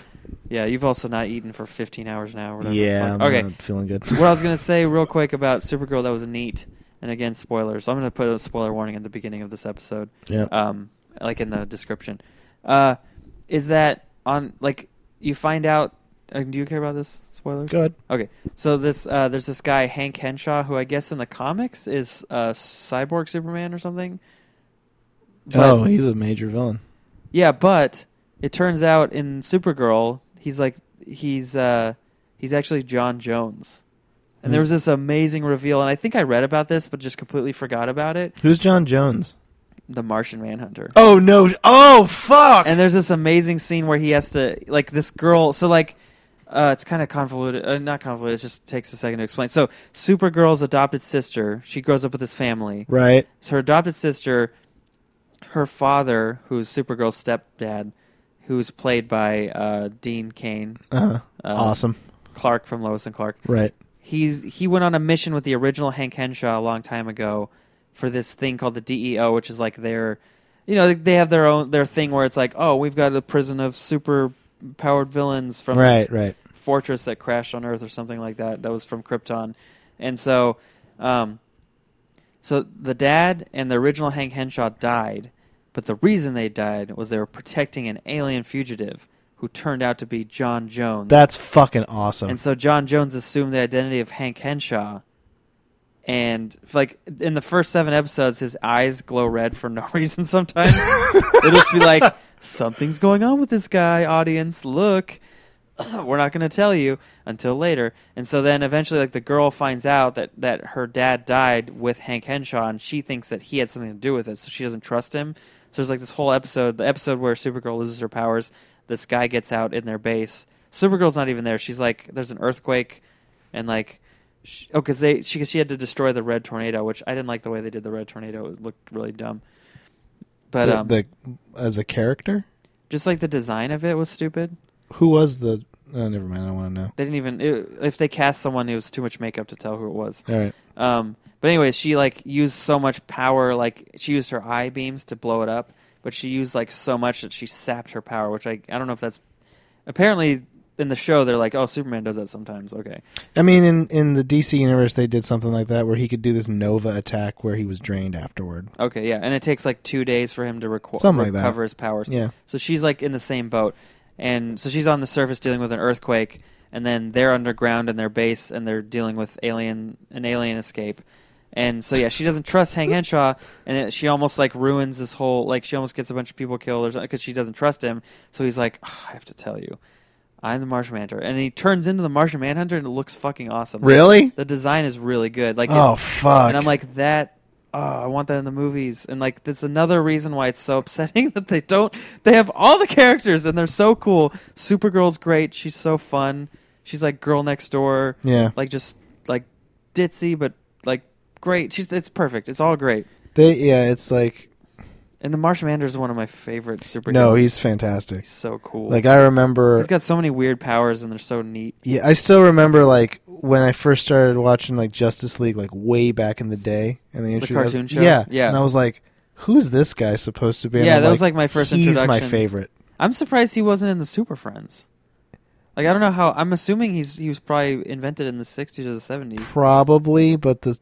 A: Yeah, you've also not eaten for 15 hours now. Or whatever the
B: Yeah.
A: fuck.
B: I'm
A: Okay.
B: not feeling good.
A: what I was gonna say real quick about Supergirl that was neat, and again spoilers. I'm gonna put a spoiler warning at the beginning of this episode.
B: Yep.
A: Um, like in the description, uh, is that on like you find out? Uh, do you care about this spoiler?
B: Go ahead.
A: Okay, so this uh, there's this guy Hank Henshaw who I guess in the comics is uh, Cyborg Superman or something. But-
B: oh, he's a major villain.
A: yeah, but it turns out in Supergirl, he's like he's uh he's actually John Jones. And there was this amazing reveal, and I think I read about this, but just completely forgot about it.
B: Who's John Jones?
A: The Martian Manhunter.
B: Oh no! Oh fuck!
A: And there's this amazing scene where he has to like this girl. So like, uh, it's kind of convoluted. Uh, not convoluted. It just takes a second to explain. So Supergirl's adopted sister. She grows up with this family.
B: right.
A: So her adopted sister, her father, who's Supergirl's stepdad, who's played by uh, Dean Kane,
B: Uh-huh.
A: Uh,
B: awesome.
A: Clark from Lois and Clark.
B: Right.
A: He's he went on a mission with the original Hank Henshaw a long time ago for this thing called the DEO, which is like their, you know, they have their own their thing where it's like, oh, we've got a prison of super powered villains from this
B: Right. Right.
A: fortress that crashed on Earth or something like that. That was from Krypton, and so, um, so the dad and the original Hank Henshaw died, but the reason they died was they were protecting an alien fugitive who turned out to be John Jones.
B: That's fucking awesome.
A: um, and so John Jones assumed the identity of Hank Henshaw. And like in the first seven episodes, his eyes glow red for no reason. Sometimes it'll just be like something's going on with this guy. Audience, look, we're not going to tell you until later. And so then eventually, like the girl finds out that that her dad died with Hank Henshaw, and she thinks that he had something to do with it. So she doesn't trust him. So there's like this whole episode, the episode where Supergirl loses her powers. This guy gets out in their base. Supergirl's not even there. She's like, there's an earthquake, and like, sh oh, because they she 'cause she had to destroy the red tornado, which I didn't like the way they did the red tornado. It looked really dumb. But
B: The-
A: um,
B: the, as a character,
A: just like the design of it was stupid.
B: who was the? Oh, never mind. I want to know.
A: They didn't even it, if they cast someone, it was too much makeup to tell who it was.
B: All right.
A: Um, but anyways, she like used so much power. Like she used her eye beams to blow it up, but she used like so much that she sapped her power. Which I I don't know if that's apparently in the show they're like, oh, Superman does that sometimes. Okay,
B: I mean, in in the DC universe, they did something like that where he could do this Nova attack where he was drained afterward.
A: okay, yeah. And it takes like two days for him to reco-
B: Something like that.
A: recover his powers.
B: Yeah.
A: So she's like in the same boat, and so she's on the surface dealing with an earthquake, and then they're underground in their base, and they're dealing with alien an alien escape, and so yeah, she doesn't trust Hank Henshaw, and it, she almost like ruins this whole like she almost gets a bunch of people killed or something because she doesn't trust him. So he's like, "Ah, I have to tell you. I'm the Martian Manhunter, and he turns into the Martian Manhunter, and it looks fucking awesome.
B: Really?
A: the design is really good. Like, it-
B: Oh fuck!
A: and I'm like that. Oh, I want that in the movies, and like that's another reason why it's so upsetting that they don't. They have all the characters, and they're so cool. Supergirl's great; she's so fun. She's like girl next door,
B: yeah.
A: like just like ditzy, but like great. She's it's perfect. It's all great.
B: They yeah, it's like
A: And the Martian Manhunter is one of my favorite superheroes.
B: No, he's fantastic.
A: He's so cool.
B: Like I remember
A: he's got so many weird powers, and they're so neat.
B: Yeah, I still remember like when I first started watching like Justice League like way back in the day and they
A: The
B: introduced
A: cartoon show?
B: Yeah,
A: Yeah.
B: And I was like, who's this guy supposed to be? And
A: Yeah,
B: I'm
A: that was, like, my first
B: He's my
A: introduction."
B: favorite.
A: I'm surprised he wasn't in the Super Friends. Like I don't know how. I'm assuming he's he was probably invented in the 60s or the 70s.
B: Probably, but the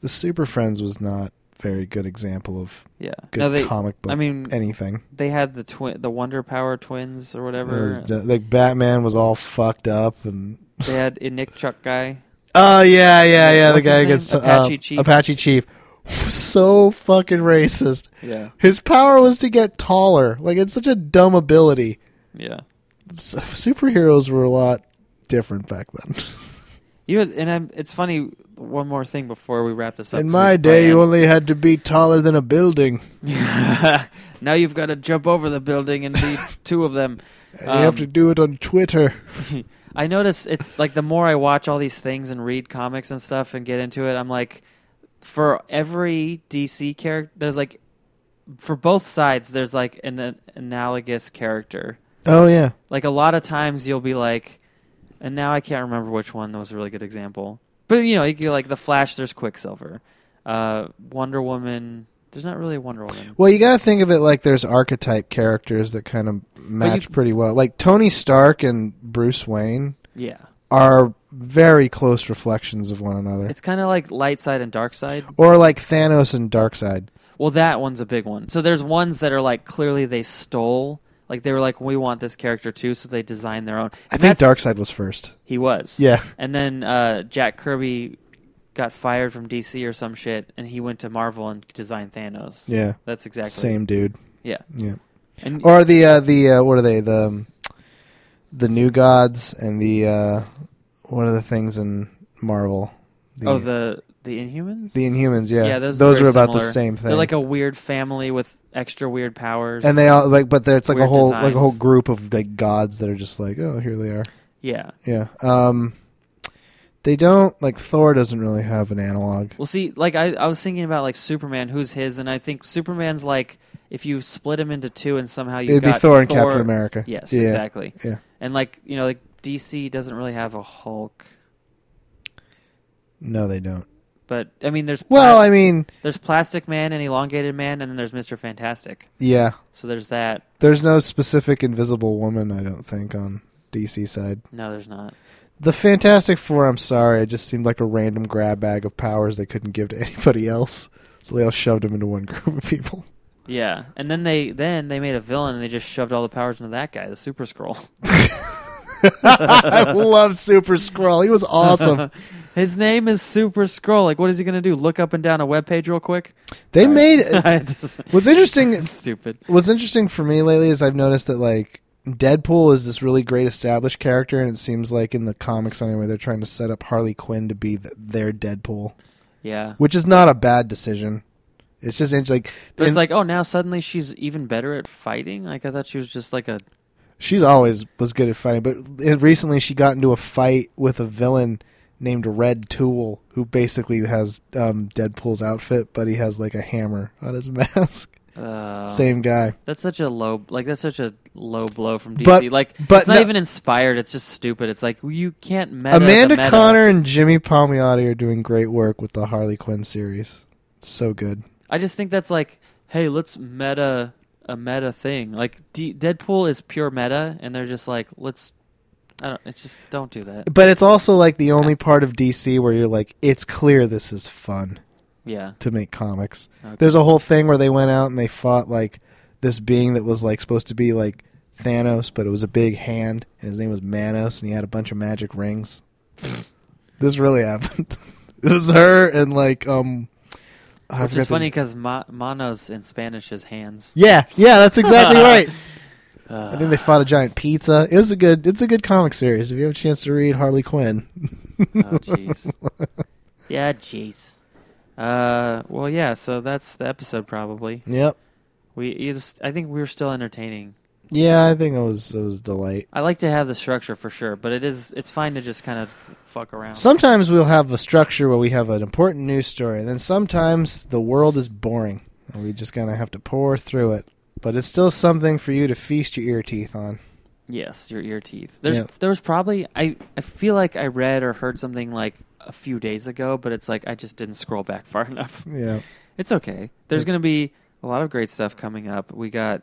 B: the Super Friends was not a very good example of
A: yeah.
B: good
A: no, they,
B: comic book.
A: I mean,
B: anything.
A: they had the twin, the Wonder Power twins or
B: It
A: whatever.
B: was d- like Batman was all fucked up and
A: they had a Nick Chuck guy.
B: Oh yeah, yeah, yeah.
A: What's
B: the
A: his
B: guy who
A: name?
B: gets uh,
A: Apache Chief.
B: Apache Chief. so fucking racist.
A: Yeah.
B: His power was to get taller. Like it's such a dumb ability.
A: Yeah.
B: S- superheroes were a lot different back then.
A: You know, and I'm, it's funny. One more thing before we wrap this up.
B: In
A: 'cause
B: my
A: we
B: day, you
A: probably-
B: only had to be taller than a building.
A: now you've got to jump over the building and be two of them.
B: And you have
A: Um,
B: to do it on Twitter.
A: I notice it's like the more I watch all these things and read comics and stuff and get into it, I'm like, for every DC character, there's like, for both sides, there's like an, an analogous character.
B: Oh yeah.
A: Like a lot of times you'll be like, and now I can't remember which one was a really good example. But you know, you're like the Flash. There's Quicksilver, uh, Wonder Woman. There's not really a Wonder Woman.
B: Well, you got to think of it like there's archetype characters that kind of match pretty well. Like Tony Stark and Bruce Wayne
A: Yeah,
B: are very close reflections of one another.
A: it's kind of like light side and dark side.
B: Or like Thanos and Darkseid.
A: Well, that one's a big one. So there's ones that are like clearly they stole. Like they were like, we want this character too, so they designed their own.
B: I
A: And
B: think
A: that's-
B: Darkseid was first.
A: He was.
B: Yeah.
A: And then uh, Jack Kirby got fired from DC or some shit, and he went to Marvel and designed Thanos.
B: Yeah.
A: That's exactly
B: Same dude.
A: Yeah.
B: Yeah.
A: And
B: Or the uh, the uh, what are they? The um, the new gods and the uh, what are the things in Marvel?
A: oh the the Inhumans.
B: the Inhumans, yeah.
A: Yeah, those, are
B: are
A: very
B: about the
A: similar.
B: same thing.
A: They're like a weird family with extra weird powers.
B: and they all like but there- it's like a
A: weird
B: whole like a whole
A: designs.
B: group of like gods that are just like, oh, here they are.
A: yeah.
B: Yeah. Um they don't like Thor doesn't really have an analog.
A: Well, see, like I, I was thinking about like Superman, who's his, and I think Superman's like if you split him into two and somehow you
B: It'd be
A: got
B: Thor and Captain America.
A: Yes,
B: Yeah.
A: exactly.
B: Yeah.
A: And like you know, like DC doesn't really have a Hulk,
B: No, they don't.
A: but I mean, there's pla-
B: Well, I mean,
A: there's Plastic Man and Elongated Man, and then there's Mister Fantastic.
B: yeah.
A: So there's that.
B: There's no specific Invisible Woman, I don't think, on DC side.
A: No, there's not.
B: The Fantastic Four, I'm sorry, it just seemed like a random grab bag of powers they couldn't give to anybody else, so they all shoved them into one group of people.
A: Yeah, and then they then they made a villain and they just shoved all the powers into that guy, the Super Scroll.
B: I love Super Scroll. He was awesome.
A: His name is Super Scroll. Like, what is he gonna do? Look up and down a web page real quick?
B: They
A: Sorry.
B: made
A: I just-
B: what's interesting.
A: Stupid.
B: What's interesting for me lately is I've noticed that like Deadpool is this really great established character, and it seems like in the comics anyway, they're trying to set up Harley Quinn to be th their Deadpool,
A: Yeah.
B: which is not a bad decision. It's just int- like
A: But
B: and
A: it's like, oh, now suddenly she's even better at fighting. Like I thought she was just like a
B: she's always was good at fighting, but and recently she got into a fight with a villain named Red Tool, who basically has um, Deadpool's outfit, but he has like a hammer on his mask.
A: uh,
B: Same guy.
A: That's such a low, like that's such a low blow from DC.
B: But-
A: like,
B: but
A: it's not
B: no-
A: even inspired. It's just stupid. It's like you can't meta the
B: Amanda
A: meta.
B: Connor and Jimmy Palmiotti are doing great work with the Harley Quinn series. It's so good.
A: I just think that's like, hey, let's meta a meta thing. Like D- Deadpool is pure meta, and they're just like, let's. I don't. It's just don't do that.
B: But it's also like the only part of DC where you're like, it's clear this is fun
A: Yeah.
B: to make comics.
A: Okay.
B: There's a whole thing where they went out and they fought like this being that was like supposed to be like Thanos, but it was a big hand, and his name was Manos, and he had a bunch of magic rings. this really happened. it was her and like um. I
A: Which
B: forgot
A: is
B: the-
A: funny because ma- manos in Spanish is hands.
B: Yeah, yeah, that's exactly right.
A: Uh,
B: I think they fought a giant pizza. It was a good. It's a good comic series. If you have a chance to read Harley Quinn. oh
A: jeez. Yeah, jeez. Uh, well, yeah. So that's the episode. Probably
B: Yep.
A: we. You just, I think we were still entertaining.
B: Yeah, I think it was it was delight.
A: I like to have the structure for sure, but it is. It's fine to just kind of fuck around.
B: Sometimes we'll have a structure where we have an important news story, and then sometimes the world is boring. And we just gonna have to pour through it. But it's still something for you to feast your ear teeth on.
A: Yes, your ear teeth. There's
B: Yeah.
A: there was probably I I feel like I read or heard something like a few days ago, but it's like I just didn't scroll back far enough.
B: Yeah.
A: It's okay. There's
B: Yeah.
A: going to be a lot of great stuff coming up. We got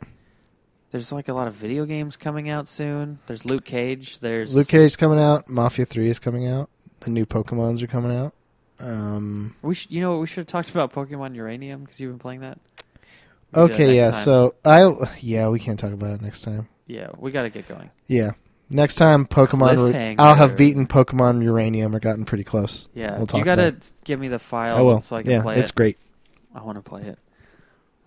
A: there's like a lot of video games coming out soon. There's Luke Cage. There's
B: Luke Cage coming out. Mafia Three is coming out. The new Pokemon's are coming out. Um,
A: We should you know what we should have talked about Pokemon Uranium because you've been playing that. We can do that
B: okay, yeah.
A: next time.
B: So I yeah we can't talk about it next time.
A: yeah, we got to get going.
B: Yeah, next time Pokemon.
A: Cliffhanger.
B: I'll have beaten Pokemon Uranium or gotten pretty close.
A: Yeah,
B: We'll talk
A: you got to
B: about it.
A: give me the file
B: I will.
A: so I can
B: yeah,
A: play
B: it's
A: it.
B: great.
A: I want to play it.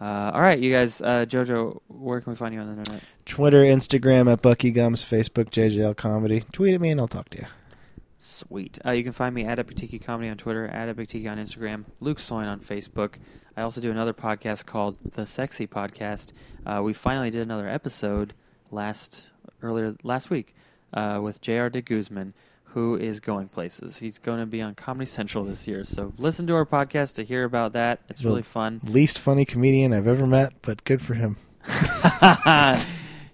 A: Uh, all right, you guys. Uh, Jojo, where can we find you on the internet?
B: Twitter, Instagram at Bucky Gums, Facebook JJL Comedy. Tweet at me and I'll talk to you.
A: Sweet. Uh, you can find me at Epic Tiki Comedy on Twitter, at Epic Tiki on Instagram, Luke Soin on Facebook. I also do another podcast called The Sexy Podcast. Uh, we finally did another episode last earlier last week uh, with J.R. de Guzman, who is going places. He's going to be on Comedy Central this year, so listen to our podcast to hear about that. It's
B: The
A: really fun.
B: Least funny comedian I've ever met, but good for him.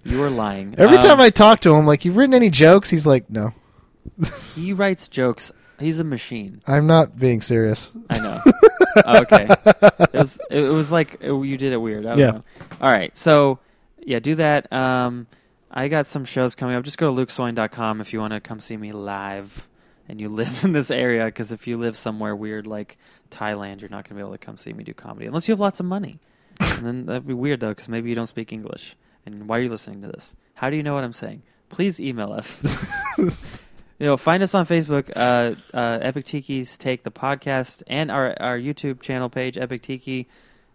A: you are lying.
B: Every
A: Um,
B: time I talk to him, like, you've written any jokes? He's like, no.
A: he writes jokes. He's a machine.
B: I'm not being serious.
A: I know. Oh, Okay. it was it was like it, you did it weird. I don't
B: Yeah.
A: know. All right. So yeah, do that. Um, I got some shows coming up. Just go to lukesoin.com if you want to come see me live and you live in this area. Because if you live somewhere weird like Thailand, you're not going to be able to come see me do comedy unless you have lots of money. and then that'd be weird though, because maybe you don't speak English. And why are you listening to this? How do you know what I'm saying? Please email us. You know, find us on Facebook, uh, uh, Epic Tiki's Take the Podcast, and our, our YouTube channel page, Epic Tiki,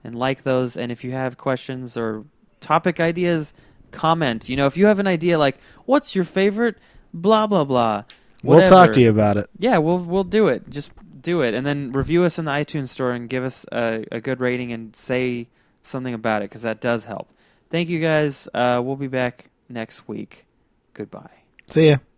A: and like those. And if you have questions or topic ideas, comment. You know, if you have an idea like, what's your favorite, blah, blah, blah.
B: We'll talk to
A: whatever.
B: you about it.
A: Yeah, we'll we'll do it. Just do it, and then review us in the iTunes store and give us a, a good rating and say something about it because that does help. Thank you guys. Uh, we'll be back next week. Goodbye.
B: See ya.